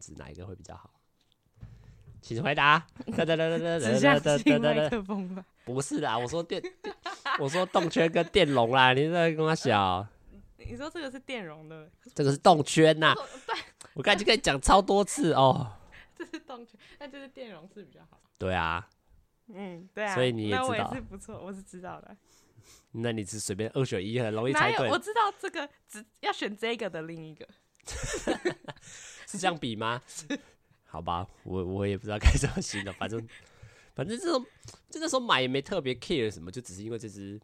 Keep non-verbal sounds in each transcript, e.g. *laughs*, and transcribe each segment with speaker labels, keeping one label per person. Speaker 1: 指哪一个会比较好？请回答。哒哒哒哒 *laughs* 哒
Speaker 2: 指
Speaker 1: 哒
Speaker 2: 向
Speaker 1: 哒
Speaker 2: 性
Speaker 1: 哒哒
Speaker 2: 麦
Speaker 1: 哒。
Speaker 2: 克风吧。
Speaker 1: 不是啦，我说电，电我说动圈跟电容啦，你在跟我小，
Speaker 2: *laughs* 你说这个是电容的，
Speaker 1: 这个是动圈呐、
Speaker 2: *laughs* 哦
Speaker 1: 我刚才就跟你讲超多次哦。
Speaker 2: 这是动 *laughs* 圈，那就是电容是比较好。
Speaker 1: 对啊，
Speaker 2: 嗯，对啊，
Speaker 1: 所以你也
Speaker 2: 那我
Speaker 1: 知道
Speaker 2: 也是不错，我是知道的。
Speaker 1: 那你只随便二选一，很容易
Speaker 2: 哪
Speaker 1: 猜
Speaker 2: 有
Speaker 1: 对
Speaker 2: 我，知道这个只要选这个的另一个，
Speaker 1: 是这样比吗？好吧，我我也不知道该怎么形容，反正反正这种就那时候买也没特别 care 什么，就只是因为这只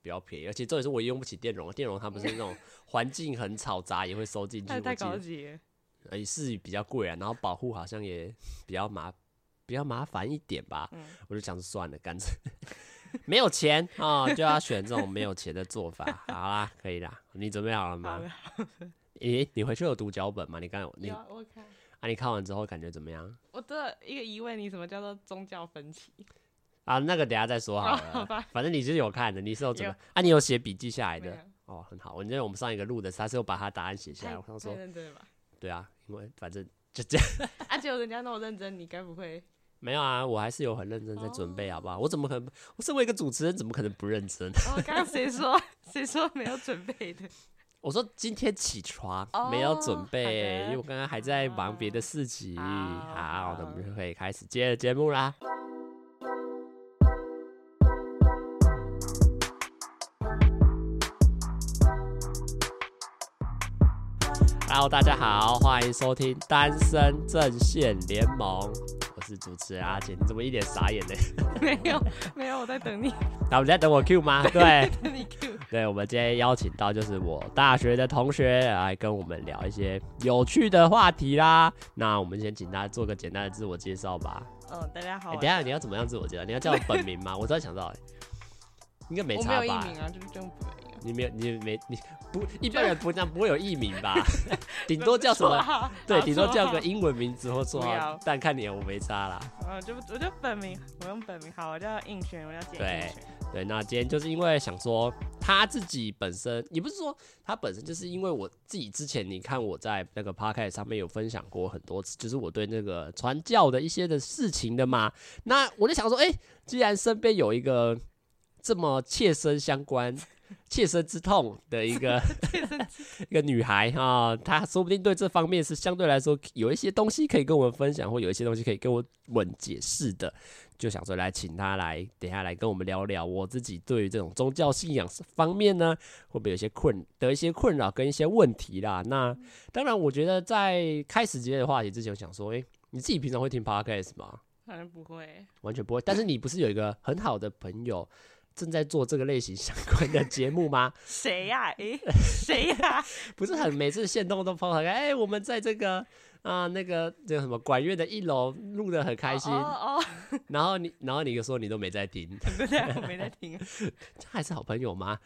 Speaker 1: 比较便宜，而且重点是我也用不起电容，电容它不是那种环境很吵杂也会收进去，
Speaker 2: *laughs* 太
Speaker 1: 我
Speaker 2: 太
Speaker 1: 记
Speaker 2: 高
Speaker 1: 得
Speaker 2: 级了。
Speaker 1: 呃是比较贵啊，然后保护好像也比较麻比较麻烦一点吧，
Speaker 2: 嗯
Speaker 1: 我就想说算了，干脆没有钱啊、就要选这种没有钱的做法。好啦，可以啦，你准备好了
Speaker 2: 好
Speaker 1: 吗
Speaker 2: 了？，
Speaker 1: 诶、你回去有读脚本吗？你刚有你
Speaker 2: 有
Speaker 1: 啊，
Speaker 2: 我看。
Speaker 1: 你看完之后感觉怎么样？
Speaker 2: 我的一个疑问，你什么叫做宗教分歧？
Speaker 1: 啊，那个等一下再说好
Speaker 2: 哦好
Speaker 1: 了。
Speaker 2: 吧
Speaker 1: 反正你是有看的，你是有怎么
Speaker 2: 有
Speaker 1: 啊？你有写笔记下来
Speaker 2: 没
Speaker 1: 的
Speaker 2: 有哎
Speaker 1: 哦，很好。我因为我们上一个录的时候，他是有把他答案写下
Speaker 2: 太
Speaker 1: 来。我想
Speaker 2: 太
Speaker 1: 说，
Speaker 2: 认真了吧？ *laughs*
Speaker 1: 对啊，因为反正就这样。
Speaker 2: 而且人家那么认真，你该不
Speaker 1: *laughs*
Speaker 2: 会？
Speaker 1: 没有啊，我还是有很认真在准备，好不好？我怎么可能？我身为一个主持人，怎么可能不认真？ *laughs*
Speaker 2: 哦，刚刚谁说 *laughs* 谁说没有准备的？ *laughs*
Speaker 1: 我说今天起床、没有准
Speaker 2: 哦好
Speaker 1: 备，
Speaker 2: 的嗯
Speaker 1: 因为我刚刚还在忙别的事情。
Speaker 2: 好
Speaker 1: 好，那我们就可以开始接着节目啦。Hello，大家好，欢迎收听《单身阵线联盟》，我是主持人阿杰。你怎么一脸傻眼呢？
Speaker 2: 没有没有，我在等你， *laughs*
Speaker 1: 那我们在等我 Q 吗？对，
Speaker 2: 等你 Q。
Speaker 1: 对，我们今天邀请到就是我大学的同学来跟我们聊一些有趣的话题啦。那我们先请他做个简单的自我介绍吧。
Speaker 2: 嗯，大家好
Speaker 1: 哎、
Speaker 2: 啊。
Speaker 1: 等一下你要怎么样自我介绍？你要叫我本名吗？我突然想到、哎应该没
Speaker 2: 我没
Speaker 1: 差
Speaker 2: 有艺
Speaker 1: 吧？
Speaker 2: 名啊，就是真本名啊。
Speaker 1: 你没有，你没，你不一般人不这样不会有艺名
Speaker 2: *laughs*
Speaker 1: 吧？顶多叫什么？
Speaker 2: 么
Speaker 1: 对，顶多叫个。英文名字或绰
Speaker 2: 啊不
Speaker 1: 号
Speaker 2: 要。
Speaker 1: 但看你我没差啦。
Speaker 2: 嗯，就我就本名，我用本名。好，我叫应璇，我叫简
Speaker 1: 对 *laughs*
Speaker 2: 应璇。
Speaker 1: 对，那今天就是因为想说他自己本身，也不是说他本身，就是因为我自己之前，你看我在那个 podcast 上面有分享过很多次，就是我对那个传教的一些的事情的嘛。那我就想说，哎、既然身边有一个这么切身相关、 *laughs* 切身之痛的一个 *laughs* 一个女孩啊，她说不定对这方面是相对来说有一些东西可以跟我们分享，或有一些东西可以跟我们解释的。就想说来请他来，等一下来跟我们聊聊我自己对于这种宗教信仰方面呢，会不会有一些困的一些困扰跟一些问题啦？那当然，我觉得在开始今天的话题之前，我想说，诶、你自己平常会听 podcast 吗？
Speaker 2: 好像不会。
Speaker 1: 完全不会。但是你不是有一个很好的朋友正在做这个类型相关的节目吗？ *laughs*
Speaker 2: 谁呀？诶，谁呀？
Speaker 1: 不是很每次线动都抛出来，哎、我们在这个啊、那个叫什么管乐的一楼录的很开心，
Speaker 2: 哦，哦
Speaker 1: 然后你然后你就说你都没在听， *laughs*
Speaker 2: 对对，我没在听。
Speaker 1: 这还是好朋友吗？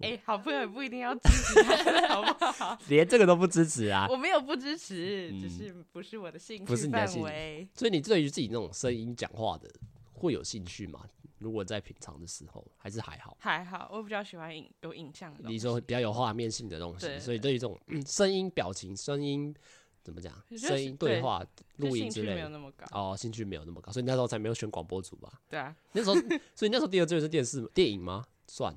Speaker 2: 哎，好朋友也不一定要支持他们，好不好？
Speaker 1: *laughs* 连这个都不支持啊！
Speaker 2: 我没有不支持，
Speaker 1: 嗯
Speaker 2: 只是不是我的兴
Speaker 1: 不是
Speaker 2: 趣
Speaker 1: 你的兴
Speaker 2: 范
Speaker 1: 趣
Speaker 2: 围。
Speaker 1: 所以你对于自己那种声音讲话的会有兴趣吗？如果在平常的时候，还是还好。
Speaker 2: 还好，我比较喜欢影有影像的东西。
Speaker 1: 你说比较有画面性的东西，
Speaker 2: 对
Speaker 1: 所以对于这种嗯声音、表情、声音怎么讲，
Speaker 2: 我觉得
Speaker 1: 声
Speaker 2: 是
Speaker 1: 音对话、
Speaker 2: 就
Speaker 1: 录音
Speaker 2: 兴
Speaker 1: 之
Speaker 2: 趣
Speaker 1: 类
Speaker 2: 没有
Speaker 1: 的，
Speaker 2: 那么高，
Speaker 1: 哦，兴趣没有那么高，所以那时候才没有选广播组吧？
Speaker 2: 对啊，
Speaker 1: 那时
Speaker 2: *laughs*
Speaker 1: 候，所以那时候第二志愿是电视电影吗？算，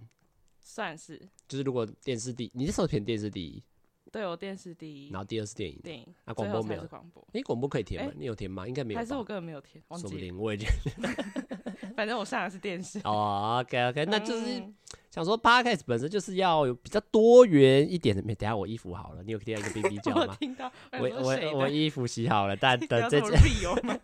Speaker 2: 算是
Speaker 1: 就是如果电视第，你那时候填电视第一，
Speaker 2: 对我电视第一
Speaker 1: 然后第二是电影。
Speaker 2: 电影，
Speaker 1: 啊
Speaker 2: 最
Speaker 1: 广
Speaker 2: 后
Speaker 1: 播没
Speaker 2: 才
Speaker 1: 有
Speaker 2: 是广播，
Speaker 1: 你广播可以填吗？
Speaker 2: 哎
Speaker 1: 你有填吗？应该没有
Speaker 2: 还是我
Speaker 1: 吧？
Speaker 2: 根本没有填，忘
Speaker 1: 说不
Speaker 2: 记了，
Speaker 1: 定我已经
Speaker 2: 反正我上的是电视。
Speaker 1: 哦，OK OK，那就是
Speaker 2: 嗯
Speaker 1: 想说 podcast 本身就是要有比较多元一点的。等一下我衣服好了，你有听到一个哔哔叫
Speaker 2: 我
Speaker 1: 吗？
Speaker 2: 听到，
Speaker 1: 我
Speaker 2: *laughs* 我想说谁
Speaker 1: 我我
Speaker 2: *laughs* 的
Speaker 1: 衣服洗好了，
Speaker 2: *laughs*
Speaker 1: 但等
Speaker 2: 要
Speaker 1: 这
Speaker 2: 这
Speaker 1: 集
Speaker 2: 么
Speaker 1: *laughs*
Speaker 2: real 吗？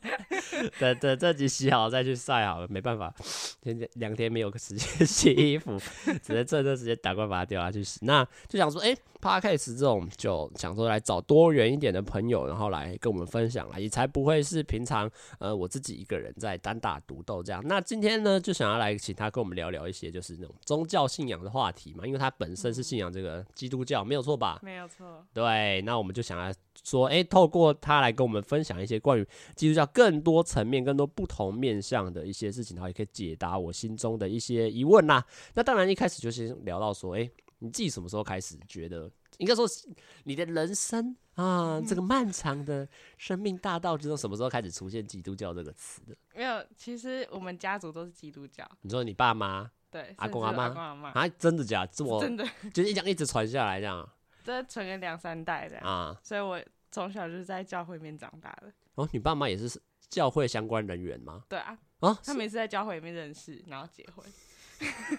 Speaker 1: 等等这集洗好再去晒好了，没办法，现在两天没有时间 *laughs* 洗衣服，只能趁这时间赶快把它丢下去洗。那就想说，哎、p o d c a s t 这种就想说来找多元一点的朋友，然后来跟我们分享啦，也才不会是平常呃我自己一个人在单打独斗这样。那今天呢，就想要来请他跟我们聊聊一些就是那种宗教信仰的话题嘛，因为他本身是信仰这个基督教，没有错吧？
Speaker 2: *laughs* 没有错，
Speaker 1: 对，那我们就想来说，诶，透过他来跟我们分享一些关于基督教更多层面、更多不同面向的一些事情，然后也可以解答我心中的一些疑问啦。那当然一开始就先聊到说，诶，你自己什么时候开始觉得？应该说是你的人生啊，这
Speaker 2: 嗯
Speaker 1: 个漫长的生命大道之中，什么时候开始出现基督教这个词的？
Speaker 2: *laughs* 没有，其实我们家族都是基督教，
Speaker 1: 你说你爸妈
Speaker 2: 对，
Speaker 1: 阿
Speaker 2: 甚
Speaker 1: 公
Speaker 2: 至
Speaker 1: 阿妈
Speaker 2: 阿公阿妈，
Speaker 1: 啊，真的假的？这么
Speaker 2: 真的，
Speaker 1: 就是一样一直传下来这样
Speaker 2: 这存了两三代这样，
Speaker 1: 啊？
Speaker 2: 所以我从小就是在教会里面长大的。
Speaker 1: 哦，你爸妈也是教会相关人员吗？
Speaker 2: 对啊，
Speaker 1: 啊，
Speaker 2: 他们也是在教会里面认识，然后结婚。
Speaker 1: *laughs*
Speaker 2: *laughs*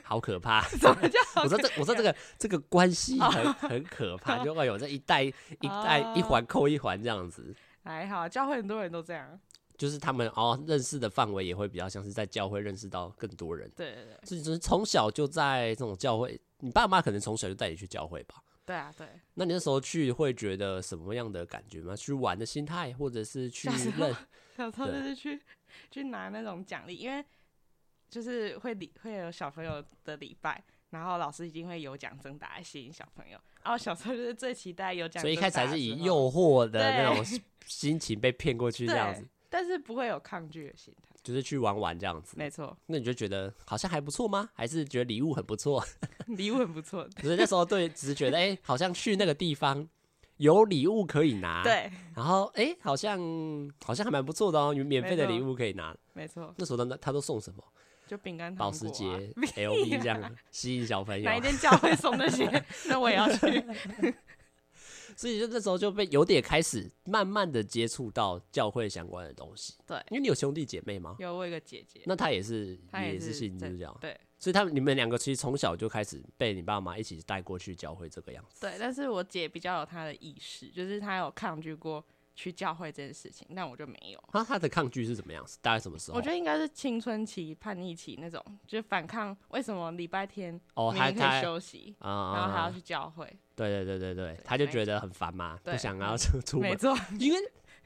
Speaker 1: 好可怕！
Speaker 2: 怎么叫？
Speaker 1: 我说这，我说这个这个关系
Speaker 2: *laughs*
Speaker 1: 很很可怕，就哎呦，这一代一代
Speaker 2: 哦
Speaker 1: 一环扣一环这样子，
Speaker 2: 还好，教会很多人都这样。
Speaker 1: 就是他们哦认识的范围也会比较像是在教会认识到更多人，
Speaker 2: 对对对，
Speaker 1: 所以就是从小就在这种教会，你爸妈可能从小就带你去教会吧。
Speaker 2: 对啊对，
Speaker 1: 那你那时候去会觉得什么样的感觉吗？去玩的心态，或者是去
Speaker 2: 小时候
Speaker 1: 认
Speaker 2: 小时候
Speaker 1: 对
Speaker 2: 就是去去拿那种奖励，因为就是会礼会有小朋友的礼拜，然后老师一定会有奖征答来吸引小朋友。然后小时候就是最期待有奖，
Speaker 1: 所以一开始还是以诱，惑的那
Speaker 2: 对
Speaker 1: 种心情被骗过去，这样子
Speaker 2: 对，但是不会有抗拒的心态。
Speaker 1: 就是去玩玩这样子。
Speaker 2: 没错， *laughs*
Speaker 1: 那你就觉得好像还不错吗？还是觉得礼物很不错？
Speaker 2: 礼物很不错。
Speaker 1: 所以那时候对，只是觉得哎、好像去那个地方有礼物可以拿，，
Speaker 2: 对，
Speaker 1: 然后哎、好像好像还蛮不错的哦，有免费的
Speaker 2: 没错
Speaker 1: 礼物可以拿。
Speaker 2: 没错，
Speaker 1: 那时候他他都送什么？
Speaker 2: 就饼干、糖
Speaker 1: 保
Speaker 2: 果
Speaker 1: 时
Speaker 2: 啊、
Speaker 1: 捷、LV
Speaker 2: *laughs*
Speaker 1: 这样吸引小朋友啊
Speaker 2: 哪一。间教会送那些， *laughs* 那我也要去。
Speaker 1: 所以就那时候就被有点开始慢慢的接触到教会相关的东西。
Speaker 2: 对
Speaker 1: 因为你有兄弟姐妹吗？
Speaker 2: 有我有个姐姐，
Speaker 1: 那他也是
Speaker 2: 她也
Speaker 1: 是
Speaker 2: 是
Speaker 1: 信基
Speaker 2: 在
Speaker 1: 督教，
Speaker 2: 对
Speaker 1: 所以他们你们两个其实从小就开始被你爸妈一起带过去教会这个样子。
Speaker 2: 对，但是我姐比较有她的意识，就是她有抗拒过去教会这件事情，但我就没有。
Speaker 1: 那他的抗拒是怎么样？是大概什么时候？
Speaker 2: 我觉得应该是青春期、叛逆期那种，就是反抗为什么礼拜天
Speaker 1: 哦，
Speaker 2: 明
Speaker 1: 他
Speaker 2: 明可
Speaker 1: 他
Speaker 2: 以休息，
Speaker 1: 啊
Speaker 2: 然后还
Speaker 1: 啊，
Speaker 2: 要
Speaker 1: 啊
Speaker 2: 去教
Speaker 1: *laughs*
Speaker 2: 会？
Speaker 1: 对对对对对
Speaker 2: 对，
Speaker 1: 他就
Speaker 2: 没
Speaker 1: 觉得很烦嘛，不
Speaker 2: 对
Speaker 1: 想
Speaker 2: 嗯
Speaker 1: 要出出
Speaker 2: 没
Speaker 1: 门。
Speaker 2: 错，
Speaker 1: 因为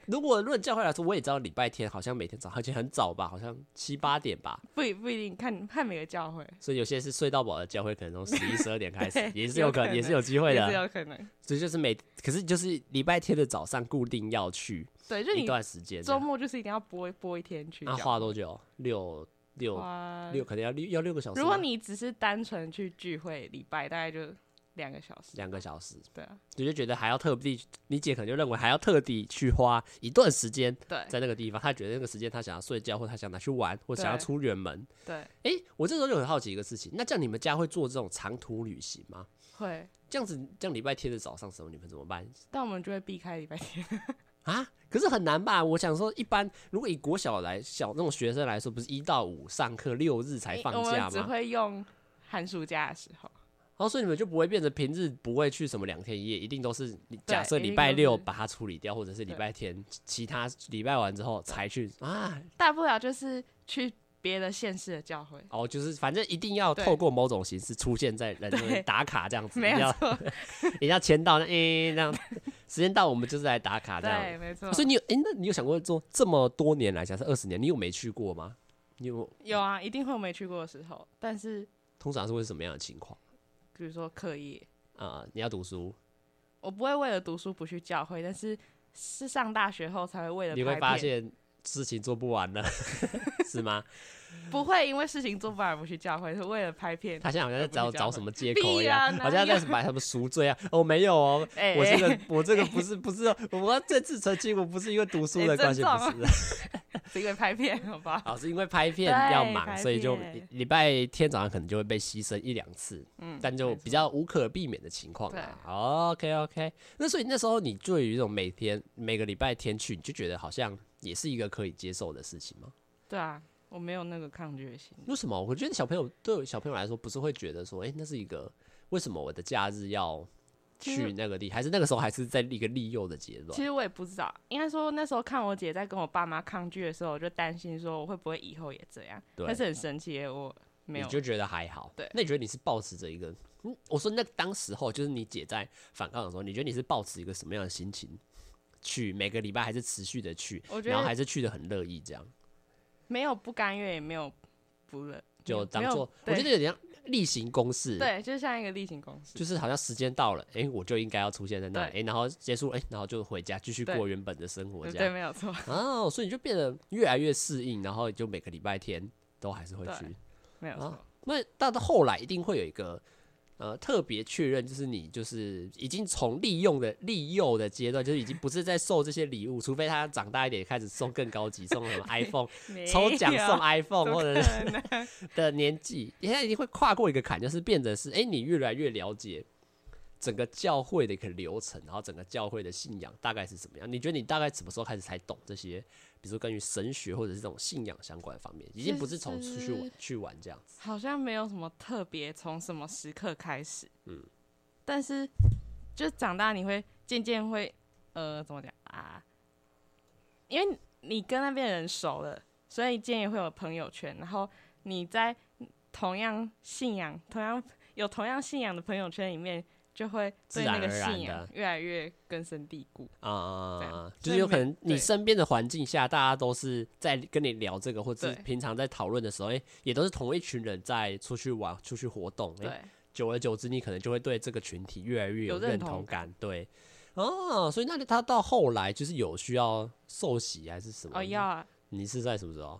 Speaker 1: 如果论教会来说，我也知道礼拜天好像每天早上，而且很早吧，好像七八点吧，
Speaker 2: 不一不一定看看每个教会，
Speaker 1: 所以有些是睡到饱的教会，可能从十一十二点开始
Speaker 2: 对，
Speaker 1: 也是
Speaker 2: 有
Speaker 1: 有可
Speaker 2: 可
Speaker 1: 能，也是
Speaker 2: 能
Speaker 1: 有机会
Speaker 2: 也是
Speaker 1: 的。
Speaker 2: 有可能。
Speaker 1: 所以就是每，可是就是礼拜天的早上固定要去
Speaker 2: 对，就
Speaker 1: 一
Speaker 2: 你
Speaker 1: 段时间这
Speaker 2: 周
Speaker 1: 样。
Speaker 2: 末就是一定要播播一天去
Speaker 1: 那
Speaker 2: 教会。
Speaker 1: 花多久？六六
Speaker 2: 花
Speaker 1: 六，可能要六要六个小时吗。
Speaker 2: 如果你只是单纯去聚会，礼拜大概就两个小时。
Speaker 1: 两个小时，
Speaker 2: 对啊，
Speaker 1: 你就觉得还要特地，你姐可能就认为还要特地去花一段时间
Speaker 2: 对
Speaker 1: 在那个地方，她觉得那个时间她想要睡觉，或她想拿去玩，或想要
Speaker 2: 对
Speaker 1: 出远门。
Speaker 2: 对，
Speaker 1: 哎、我这时候就很好奇一个事情，那这样你们家会做这种长途旅行吗？
Speaker 2: 会。
Speaker 1: 这样子，这样礼拜天的早上什么你们怎么办
Speaker 2: 但我们就会避开礼拜天。
Speaker 1: 啊？可是很难吧？我想说，一般如果以国小来小那种学生来说，不是一到五上课，六日才
Speaker 2: 因
Speaker 1: 放
Speaker 2: 我
Speaker 1: 假
Speaker 2: 们只
Speaker 1: 吗？
Speaker 2: 会用寒暑假的时候，
Speaker 1: 然后所以你们就不会变成平日不会去什么两天一夜，一定都是你假设
Speaker 2: 一定
Speaker 1: 礼拜
Speaker 2: 都
Speaker 1: 六
Speaker 2: 是
Speaker 1: 把它处理掉，或者是礼
Speaker 2: 对
Speaker 1: 拜天其他礼拜完之后才去啊。
Speaker 2: 大不了就是去别的县市的教会，
Speaker 1: 哦，就是反正一定要
Speaker 2: 对
Speaker 1: 透过某种形式出现在人
Speaker 2: 对
Speaker 1: 们打卡这样子，一
Speaker 2: 没
Speaker 1: 定
Speaker 2: 有
Speaker 1: 要
Speaker 2: 错，
Speaker 1: 一定要签到那诶、
Speaker 2: *laughs*
Speaker 1: 这样，时间到我们就是来打卡啊这样子
Speaker 2: 对，没错。
Speaker 1: 所以你有哎、那你有想过做这么多年来，假设二十年，你有没去过吗？你有
Speaker 2: 有啊，一定会有没去过的时候，但是
Speaker 1: 通常是会是什么样的情况
Speaker 2: 比如说课业，
Speaker 1: 啊、你要读书，
Speaker 2: 我不会为了读书不去教会，但是是上大学后才会为了
Speaker 1: 你会
Speaker 2: 拍
Speaker 1: 发
Speaker 2: 片，
Speaker 1: 现事情做不
Speaker 2: *laughs*
Speaker 1: 完了，是吗？
Speaker 2: 不会因为事情做不完而不去教会，是为了拍
Speaker 1: *laughs*
Speaker 2: 片。
Speaker 1: 他现在好像在找
Speaker 2: 不去教
Speaker 1: 找
Speaker 2: 会
Speaker 1: 什么
Speaker 2: *laughs*
Speaker 1: 借口一
Speaker 2: 屁啊
Speaker 1: 样，
Speaker 2: 哪
Speaker 1: 好像在买什么赎罪啊？哦，没有哦，
Speaker 2: 哎、
Speaker 1: 我这
Speaker 2: *laughs* 哎
Speaker 1: 个我这个不是不是，哦我要这次澄清，我不是因为读书的
Speaker 2: 哎
Speaker 1: 关系，
Speaker 2: 尊重啊
Speaker 1: 不是，
Speaker 2: 是因为拍片，好吧？
Speaker 1: 好哦是因为拍片
Speaker 2: 对
Speaker 1: 要
Speaker 2: 拍
Speaker 1: 忙，
Speaker 2: 片
Speaker 1: 所以就礼礼拜天早上可能就会被牺牲一两次，
Speaker 2: 嗯，
Speaker 1: 但就
Speaker 2: 没错
Speaker 1: 比较无可避免的情况啦。OK OK，那所以那时候你对于这种每天每个礼拜天去，你就觉得好像也是一个可以接受的事情吗？
Speaker 2: 对啊，我没有那个抗拒的心。
Speaker 1: 为什么？我觉得小朋友对小朋友来说，不是会觉得说，哎、那是一个为什么我的假日要
Speaker 2: 其实
Speaker 1: 去那个地，还是那个时候还是在一个利诱的阶
Speaker 2: 其
Speaker 1: 段？
Speaker 2: 实我也不知道，应该说那时候看我姐在跟我爸妈抗拒的时候，我就担心说我会不会以后也这样。
Speaker 1: 对
Speaker 2: 但是很神奇耶，我没
Speaker 1: 你
Speaker 2: 有。
Speaker 1: 就觉得还好。
Speaker 2: 对
Speaker 1: 那你觉得你是抱持着一个，嗯，我说那当时候就是你姐在反抗的时候，你觉得你是抱持一个什么样的心情去？每个礼拜还是持续的去，
Speaker 2: 我觉
Speaker 1: 然后还
Speaker 2: 得
Speaker 1: 是去的很乐意，这样
Speaker 2: 没有不甘愿，也没有不乐，
Speaker 1: 就当
Speaker 2: 没有
Speaker 1: 做，我
Speaker 2: 对
Speaker 1: 觉得有点像例行公事。。
Speaker 2: 对，就像一个例行公事。
Speaker 1: 就是好像时间到了，哎、我就应该要出现在那里，哎、
Speaker 2: 对
Speaker 1: 然后结束，哎、然后就回家继续
Speaker 2: 对
Speaker 1: 过原本的生活，
Speaker 2: 对
Speaker 1: 这样。
Speaker 2: 对，没有错，
Speaker 1: 哦，所以你就变得越来越适应，然后就每个礼拜天都还是会
Speaker 2: 对
Speaker 1: 去。
Speaker 2: 没有
Speaker 1: 啊
Speaker 2: 错。
Speaker 1: 那到到后来一定会有一个呃特别确认，就是你就是已经从利用的利诱的阶段，就是已经不是在送这些礼物，除非他长大一点开始送更高级，送什么 iPhone 抽奖送 iPhone 或者是
Speaker 2: 者
Speaker 1: *laughs* 的年纪，你现在已经会跨过一个坎，就是变得是哎、诶你越来越了解整个教会的一个流程，然后整个教会的信仰大概是怎么样？你觉得你大概什么时候开始才懂这些？比如说关于神学或者是这种信仰相关方面，已经不是从出去玩去玩这样子。
Speaker 2: 好像没有什么特别从什么时刻开始，嗯，但是就长大你会渐渐会呃怎么讲啊？因为你跟那边的人熟了，所以渐渐会有朋友圈，然后你在同样信仰、同样有同样信仰的朋友圈里面，就会
Speaker 1: 自
Speaker 2: 对
Speaker 1: 然
Speaker 2: 那个
Speaker 1: 而然
Speaker 2: 信仰
Speaker 1: 的
Speaker 2: 越来越根深蒂固。对
Speaker 1: 啊
Speaker 2: 啊、
Speaker 1: 就是
Speaker 2: 所以
Speaker 1: 有可
Speaker 2: 每
Speaker 1: 能你
Speaker 2: 对
Speaker 1: 身边的环境下，大家都是在跟你聊这个，或者是
Speaker 2: 对
Speaker 1: 平常在讨论的时候，哎、也都是同一群人在出去玩、出去活动。诶
Speaker 2: 对，哦
Speaker 1: 久而久之，你可能就会对这个群体越来越有
Speaker 2: 有认
Speaker 1: 认
Speaker 2: 同
Speaker 1: 同感。对，哦，所以那他到后来就是有需要受洗还是什么？
Speaker 2: 哦要啊，
Speaker 1: 你是在什么时候？